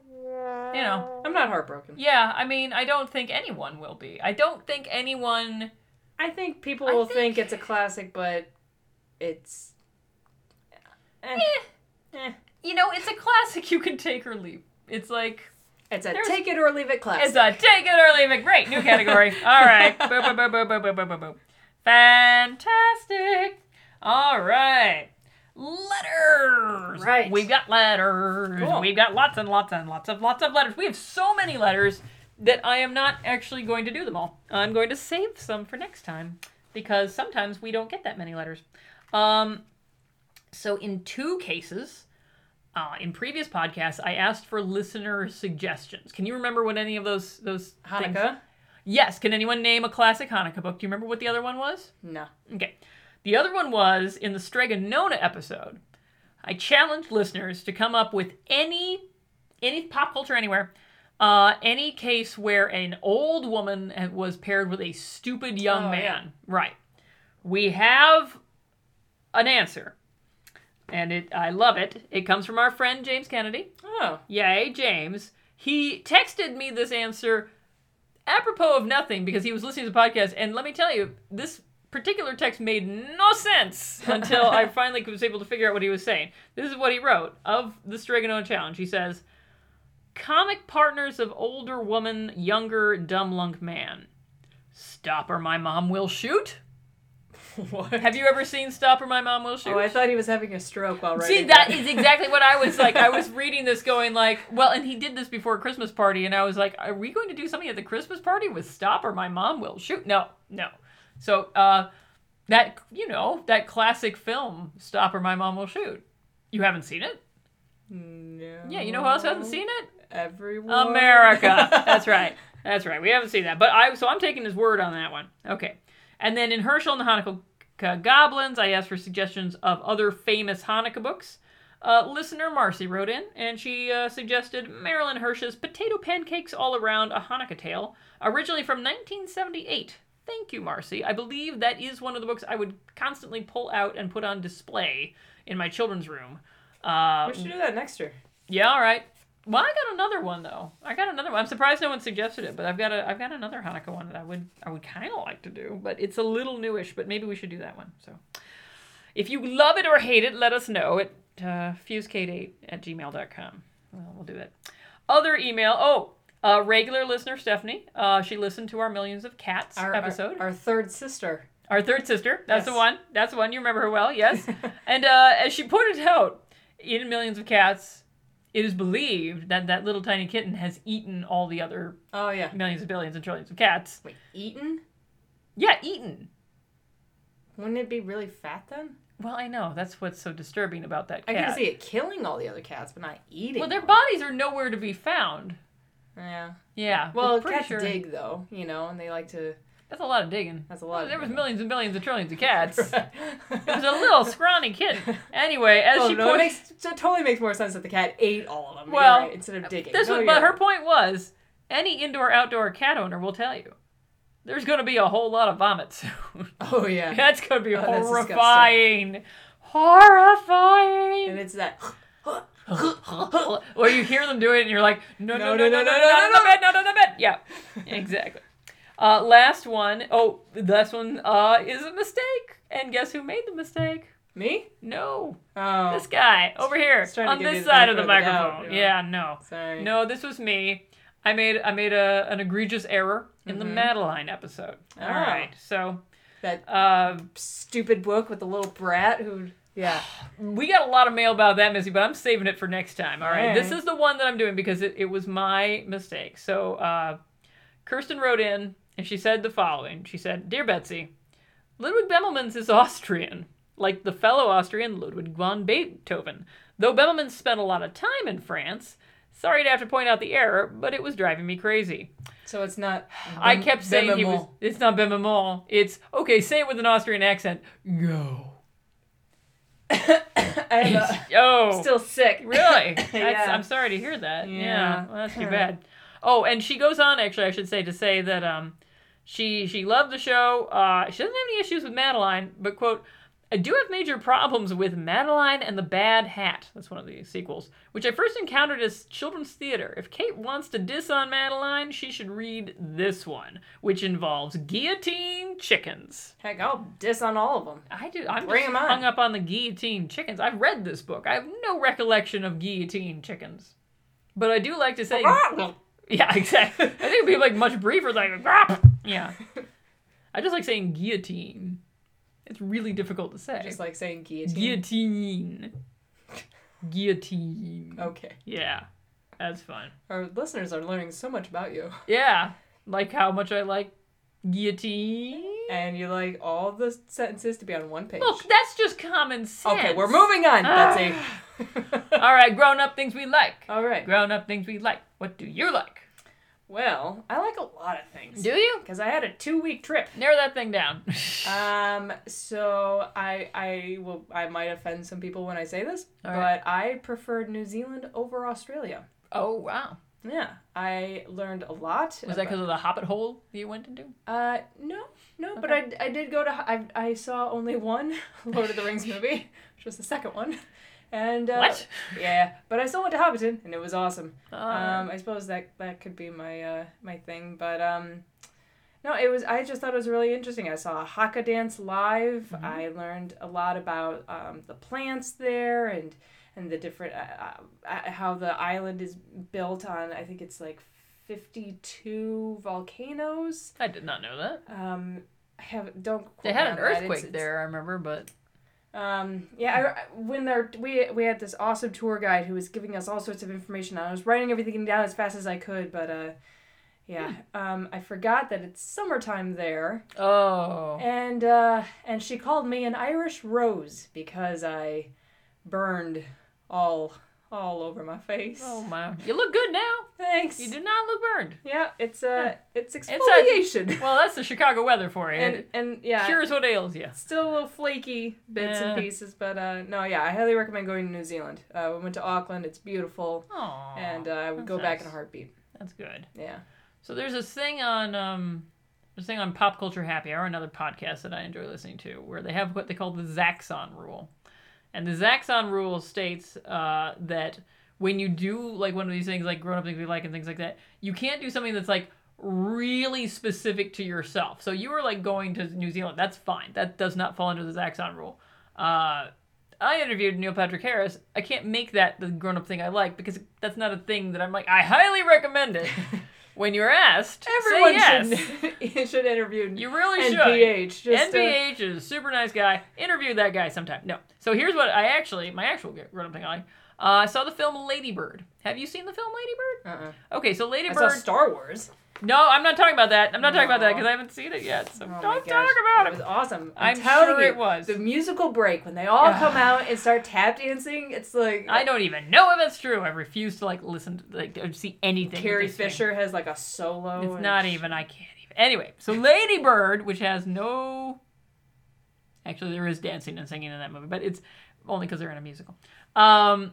[SPEAKER 4] you know,
[SPEAKER 5] I'm not heartbroken.
[SPEAKER 4] yeah. I mean, I don't think anyone will be. I don't think anyone.
[SPEAKER 5] I think people
[SPEAKER 4] I
[SPEAKER 5] will
[SPEAKER 4] think-
[SPEAKER 5] think... it's a classic, but it's. Eh. Eh.
[SPEAKER 4] You know, it's a classic you can take or leave. It's like
[SPEAKER 5] It's a
[SPEAKER 4] There's-
[SPEAKER 5] take it or leave it classic.
[SPEAKER 4] It's a take it or leave it. Great, new category. All right. Boop, boop, boop, boop, boop, boop, boop, boop, boop. Fantastic. All right. Letters.
[SPEAKER 5] Right.
[SPEAKER 4] We've got letters.
[SPEAKER 5] Cool.
[SPEAKER 4] We've got lots and lots and lots of lots of letters. We have so many letters that I am not actually going to do them all. I'm going to save some for next time because sometimes we don't get that many letters. Um, so in two cases, uh, in previous podcasts, I asked for listener suggestions. Can you remember what any of those those things-
[SPEAKER 5] Hanukkah?
[SPEAKER 4] Yes. Can anyone name a classic Hanukkah book? Do you remember what the other one was?
[SPEAKER 5] No.
[SPEAKER 4] Okay. The other one was in the Stregonona episode. I challenged listeners to come up with any any pop culture anywhere, uh, any case where an old woman was paired with a stupid young
[SPEAKER 5] Oh,
[SPEAKER 4] man.
[SPEAKER 5] yeah.
[SPEAKER 4] Right. We have an answer. And it I love it. It comes from our friend James Kennedy.
[SPEAKER 5] Oh.
[SPEAKER 4] Yay, James. He texted me this answer apropos of nothing because he was listening to the podcast. And let me tell you, this particular text made no sense until I finally was able to figure out what he was saying. This is what he wrote of the Stregonone Challenge. He says, Comic partners of older woman, younger, dumb lunk man. Stop or my mom will shoot?
[SPEAKER 5] What?
[SPEAKER 4] Have you ever seen Stop or my mom will shoot?
[SPEAKER 5] Oh, I thought he was having a stroke while writing.
[SPEAKER 4] See, that is exactly what I was like. I was reading this going like, well, and he did this before a Christmas party, and I was like, are we going to do something at the Christmas party with Stop or my mom will shoot? No, no. So uh, that you know that classic film, Stop or my mom will shoot. You haven't seen it?
[SPEAKER 5] No.
[SPEAKER 4] Yeah, you know who else hasn't seen it?
[SPEAKER 5] Everyone.
[SPEAKER 4] America. That's right. That's right. We haven't seen that, but I so I'm taking his word on that one. Okay, and then in Herschel and the Hanukkah Goblins, I asked for suggestions of other famous Hanukkah books. Uh, listener Marcy wrote in, and she uh, suggested Marilyn Hirsch's "Potato Pancakes All Around: A Hanukkah Tale," originally from 1978. Thank you, Marcy. I believe that is one of the books I would constantly pull out and put on display in my children's room. Uh,
[SPEAKER 5] We should do that next year.
[SPEAKER 4] yeah, all right. Well, I got another one though. I got another one. I'm surprised no one suggested it, but I've got a I've got another Hanukkah one that I would I would kind of like to do, but it's a little newish. But maybe we should do that one. So, if you love it or hate it, let us know at uh, fusecade8 at gmail.com. Well, we'll do that. Other email. Oh, uh, regular listener Stephanie. Uh, she listened to our millions of cats
[SPEAKER 5] Our
[SPEAKER 4] episode.
[SPEAKER 5] Our, our third sister.
[SPEAKER 4] Our third sister. That's the
[SPEAKER 5] Yes.
[SPEAKER 4] one. That's the one. You remember her well, yes. and uh, as she pointed out, in Millions of Cats, it is believed that that little tiny kitten has eaten all the other
[SPEAKER 5] Oh yeah.
[SPEAKER 4] millions and billions and trillions of cats.
[SPEAKER 5] Wait, Eaton?
[SPEAKER 4] Yeah, eaten.
[SPEAKER 5] Wouldn't it be really fat then?
[SPEAKER 4] Well, I know. That's what's so disturbing about that
[SPEAKER 5] I
[SPEAKER 4] cat.
[SPEAKER 5] can see it killing all the other cats, but not eating.
[SPEAKER 4] Well, their bodies are nowhere to be found.
[SPEAKER 5] yeah.
[SPEAKER 4] Yeah.
[SPEAKER 5] Well,
[SPEAKER 4] I'm pretty
[SPEAKER 5] cats
[SPEAKER 4] sure.
[SPEAKER 5] dig though, you know, and they like to.
[SPEAKER 4] That's a lot of digging.
[SPEAKER 5] That's a lot of
[SPEAKER 4] there was
[SPEAKER 5] digging.
[SPEAKER 4] millions and billions and trillions of cats. it was
[SPEAKER 5] There's
[SPEAKER 4] a little scrawny kitten. Anyway, as
[SPEAKER 5] Oh,
[SPEAKER 4] she
[SPEAKER 5] no, it
[SPEAKER 4] pointed
[SPEAKER 5] makes it totally makes more sense that the cat ate all of them. You're
[SPEAKER 4] Well, uh,
[SPEAKER 5] right, instead of digging.
[SPEAKER 4] This
[SPEAKER 5] No,
[SPEAKER 4] was,
[SPEAKER 5] you're
[SPEAKER 4] but her
[SPEAKER 5] right.
[SPEAKER 4] point was, any indoor outdoor cat owner will tell you, there's going to be a whole lot of vomit soon.
[SPEAKER 5] Oh yeah.
[SPEAKER 4] That's going to be
[SPEAKER 5] Oh, that's disgusting.
[SPEAKER 4] horrifying, horrifying.
[SPEAKER 5] And it's that.
[SPEAKER 4] or you hear them doing it and you're like, no, no, no,
[SPEAKER 5] no,
[SPEAKER 4] no, no, no, no,
[SPEAKER 5] no.
[SPEAKER 4] no, bed, no, no, no, bed. Yeah, exactly. Uh, last one. Oh, last one uh, is a mistake. And guess who made the mistake?
[SPEAKER 5] Me?
[SPEAKER 4] No,
[SPEAKER 5] Oh.
[SPEAKER 4] this guy over here
[SPEAKER 5] He's trying to
[SPEAKER 4] on
[SPEAKER 5] give you
[SPEAKER 4] this
[SPEAKER 5] the
[SPEAKER 4] side of the
[SPEAKER 5] benefit of the doubt,
[SPEAKER 4] microphone.
[SPEAKER 5] yeah.
[SPEAKER 4] Yeah, no.
[SPEAKER 5] Sorry.
[SPEAKER 4] No, this was me. I made I made a an egregious error in the Madeline episode. All
[SPEAKER 5] Oh.
[SPEAKER 4] right, so
[SPEAKER 5] That
[SPEAKER 4] uh,
[SPEAKER 5] stupid book with the little brat who. Yeah.
[SPEAKER 4] we got a lot of mail about that, Missy, but I'm saving it for next time. All right,
[SPEAKER 5] All right.
[SPEAKER 4] this is the one that I'm doing because it, it was my mistake. So uh, Kirsten wrote in and she said the following. She said, Dear Betsy, Ludwig Bemelmans is Austrian, like the fellow Austrian Ludwig von Beethoven. Though Bemelmans spent a lot of time in France, sorry to have to point out the error, but it was driving me crazy.
[SPEAKER 5] So it's not.
[SPEAKER 4] I kept saying he was.
[SPEAKER 5] Bememol.
[SPEAKER 4] It's not Bememol. It's okay. Say it with an Austrian accent. Go.
[SPEAKER 5] I'm uh,
[SPEAKER 4] Oh,
[SPEAKER 5] still sick.
[SPEAKER 4] really? That's,
[SPEAKER 5] Yeah.
[SPEAKER 4] I'm sorry to hear that. Yeah,
[SPEAKER 5] Yeah.
[SPEAKER 4] well, that's too bad. Oh, and she goes on. Actually, I should say to say that um, she she loved the show. Uh, she doesn't have any issues with Madeline, but quote. I do have major problems with Madeline and the Bad Hat. That's one of the sequels, which I first encountered as children's theater. If Kate wants to diss on Madeline, she should read this one, which involves guillotine chickens.
[SPEAKER 5] Heck, I'll diss on all of them.
[SPEAKER 4] I do. I'm
[SPEAKER 5] Bring
[SPEAKER 4] just
[SPEAKER 5] 'em on.
[SPEAKER 4] hung up on the guillotine chickens. I've read this book. I have no recollection of guillotine chickens, but I do like to say. yeah, exactly. I think it'd be like much briefer, like yeah. I just like saying guillotine. It's really difficult to say.
[SPEAKER 5] Just like saying guillotine.
[SPEAKER 4] guillotine. Guillotine.
[SPEAKER 5] Okay.
[SPEAKER 4] Yeah, that's fun.
[SPEAKER 5] Our listeners are learning so much about you.
[SPEAKER 4] Yeah, like how much I like guillotine.
[SPEAKER 5] And you like all the sentences to be on one page.
[SPEAKER 4] Look, Ah. that's just common sense.
[SPEAKER 5] okay, we're moving on, Betsy.
[SPEAKER 4] All right, grown up things we like.
[SPEAKER 5] all right.
[SPEAKER 4] grown up things we like. What do you like?
[SPEAKER 5] Well, I like a lot of things.
[SPEAKER 4] Do you?
[SPEAKER 5] Because I had a two week trip.
[SPEAKER 4] Narrow that thing down. Uh,
[SPEAKER 5] Um, so I I will I might offend some people when I say this,
[SPEAKER 4] All
[SPEAKER 5] but
[SPEAKER 4] right.
[SPEAKER 5] I preferred New Zealand over Australia.
[SPEAKER 4] oh, wow.
[SPEAKER 5] Yeah, I learned a lot.
[SPEAKER 4] Was that
[SPEAKER 5] about-
[SPEAKER 4] because of the hobbit hole you went into?
[SPEAKER 5] Uh, no, no, but I, I did go to I, I saw only one Lord of the Rings movie, which was the second one, and uh,
[SPEAKER 4] What?
[SPEAKER 5] Yeah, but I still went to Hobbiton, and it was awesome.
[SPEAKER 4] Um,
[SPEAKER 5] Um, I suppose that that could be my uh my thing, but um, no, it was I just thought it was really interesting. I saw a haka dance live.
[SPEAKER 4] Mm-hmm.
[SPEAKER 5] I learned a lot about um the plants there and and the different uh, uh, how the island is built on. I think it's like fifty two volcanoes.
[SPEAKER 4] I did not know that.
[SPEAKER 5] Um, I have don't. Quote
[SPEAKER 4] They
[SPEAKER 5] me
[SPEAKER 4] had
[SPEAKER 5] on
[SPEAKER 4] an
[SPEAKER 5] that. It's-
[SPEAKER 4] earthquake
[SPEAKER 5] it's-
[SPEAKER 4] there, I remember, but
[SPEAKER 5] Um, yeah, I, I- when there we we had this awesome tour guide who was giving us all sorts of information. I was writing everything down as fast as I could, but uh, yeah, um, I forgot that it's summertime there,
[SPEAKER 4] oh,
[SPEAKER 5] and uh, and she called me an Irish rose because I burned all all over my face.
[SPEAKER 4] oh my! You look good now.
[SPEAKER 5] thanks.
[SPEAKER 4] You do not look burned.
[SPEAKER 5] Yeah, it's uh, it's
[SPEAKER 4] a-
[SPEAKER 5] exfoliation.
[SPEAKER 4] Well, that's the Chicago weather for you.
[SPEAKER 5] and
[SPEAKER 4] It
[SPEAKER 5] and yeah,
[SPEAKER 4] Cures what ails you.
[SPEAKER 5] still a little flaky bits
[SPEAKER 4] Yeah.
[SPEAKER 5] and pieces, but uh, no, yeah, I highly recommend going to New Zealand. Uh, we went to Auckland; it's beautiful,
[SPEAKER 4] Aww,
[SPEAKER 5] and uh, I would
[SPEAKER 4] that's
[SPEAKER 5] go back in
[SPEAKER 4] nice.
[SPEAKER 5] a heartbeat.
[SPEAKER 4] that's good.
[SPEAKER 5] Yeah,
[SPEAKER 4] So there's this thing on um, there's a thing on Pop Culture Happy Hour, another podcast that I enjoy listening to, where they have what they call the Zaxxon Rule, and the Zaxxon Rule states uh, that when you do like one of these things, like grown up things we like and things like that, you can't do something that's like really specific to yourself. So you were like going to New Zealand, that's fine. That does not fall under the Zaxxon Rule. Uh, I interviewed Neil Patrick Harris. I can't make that the grown up thing I like because that's not a thing that I'm like. I highly recommend it. when you're asked,
[SPEAKER 5] everyone
[SPEAKER 4] say yes.
[SPEAKER 5] should you should interview
[SPEAKER 4] You really should.
[SPEAKER 5] NPH. Just uh,
[SPEAKER 4] NPH is a super nice guy. Interview that guy sometime. No. So here's what I actually, my actual grown up thing I like. Uh, I saw the film Ladybird. Have you seen the film Ladybird?
[SPEAKER 5] uh-uh.
[SPEAKER 4] Okay, so
[SPEAKER 5] I
[SPEAKER 4] Ladybird.
[SPEAKER 5] saw Star Wars.
[SPEAKER 4] no, I'm not talking about that. I'm not talking about that
[SPEAKER 5] No.
[SPEAKER 4] because I haven't seen it yet. So
[SPEAKER 5] Oh my
[SPEAKER 4] don't
[SPEAKER 5] gosh,
[SPEAKER 4] talk about
[SPEAKER 5] It was awesome.
[SPEAKER 4] I'm
[SPEAKER 5] I'm, telling
[SPEAKER 4] sure
[SPEAKER 5] you,
[SPEAKER 4] it was.
[SPEAKER 5] the musical break when they all
[SPEAKER 4] Ugh.
[SPEAKER 5] come out and start tap dancing. It's like
[SPEAKER 4] I don't even know if it's true. I refuse to like listen to like or see anything. with
[SPEAKER 5] Carrie
[SPEAKER 4] this thing.
[SPEAKER 5] Fisher has like a solo.
[SPEAKER 4] It's
[SPEAKER 5] and
[SPEAKER 4] not even. I can't even. Anyway, so Ladybird, which has no. Actually, there is dancing and singing in that movie, but it's only because they're in a musical. Um,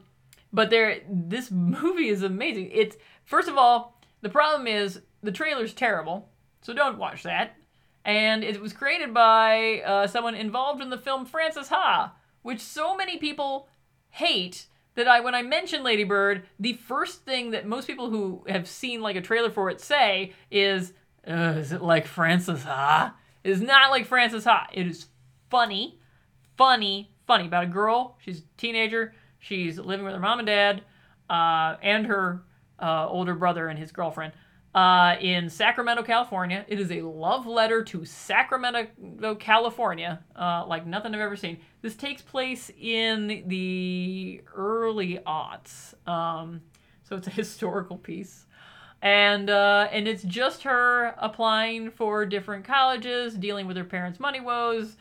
[SPEAKER 4] but there, this movie is amazing. It's first of all, the problem is the trailer's terrible, so don't watch that. And it was created by uh, someone involved in the film Francis Ha, which so many people hate that I when I mention Lady Bird, the first thing that most people who have seen like a trailer for it say is, "Ugh, "Is it like Francis Ha?" It is not like Francis Ha. It is funny, funny, funny about a girl. She's a teenager. She's living with her mom and dad, uh, and her uh, older brother and his girlfriend uh, in Sacramento, California. It is a love letter to Sacramento, California, uh, like nothing I've ever seen. This takes place in the early aughts, um, so it's a historical piece. and uh, and it's just her applying for different colleges, dealing with her parents' money woes,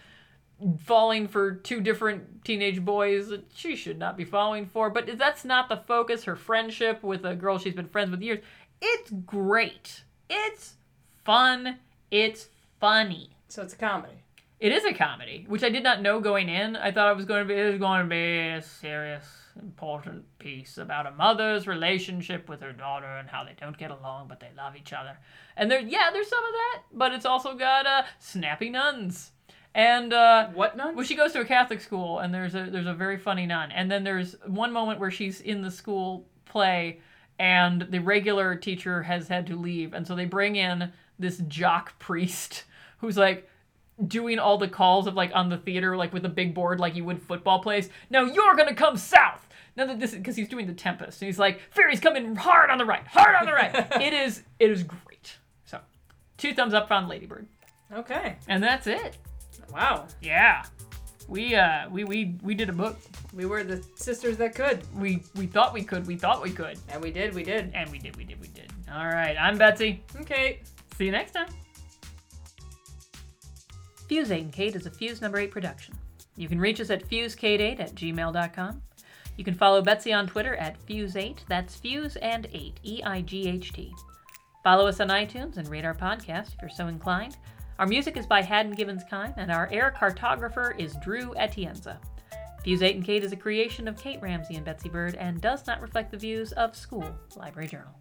[SPEAKER 4] falling for two different teenage boys that she should not be falling for. But that's not the focus. Her friendship with a girl she's been friends with years, it's great. It's fun. It's funny.
[SPEAKER 5] So it's a comedy.
[SPEAKER 4] It is a comedy, which I did not know going in. I thought it was going to be it was going to be a serious, important piece about a mother's relationship with her daughter and how they don't get along but they love each other. And there, yeah, there's some of that, but it's also got uh, snappy nuns and uh,
[SPEAKER 5] What nun?
[SPEAKER 4] well, she goes to a Catholic school, and there's a there's a very funny nun, and then there's one moment where she's in the school play, and the regular teacher has had to leave, and so they bring in this jock priest who's like doing all the calls of like on the theater like with a big board like you would football plays now you're gonna come south now that this because he's doing the tempest and he's like fury's coming hard on the right hard on the right it is it is great so two thumbs up on ladybird
[SPEAKER 5] okay.
[SPEAKER 4] and that's it
[SPEAKER 5] Wow.
[SPEAKER 4] yeah. We uh we we we did a book.
[SPEAKER 5] We were the sisters that could.
[SPEAKER 4] We we thought we could, we thought we could.
[SPEAKER 5] And we did, we did.
[SPEAKER 4] And we did, we did, we did. All right, I'm Betsy.
[SPEAKER 5] Okay.
[SPEAKER 4] See you next time. Fuse 8 and Kate is a Fuse number 8 production. You can reach us at fusekate8 at gmail.com. You can follow Betsy on Twitter at Fuse8, that's Fuse and 8, E I G H T. Follow us on iTunes and rate our podcast if you're so inclined. Our music is by Haddon Gibbons Kime, and our air cartographer is Drew Atienza. Fuse 8 and Kate is a creation of Kate Ramsey and Betsy Bird and does not reflect the views of School Library Journal.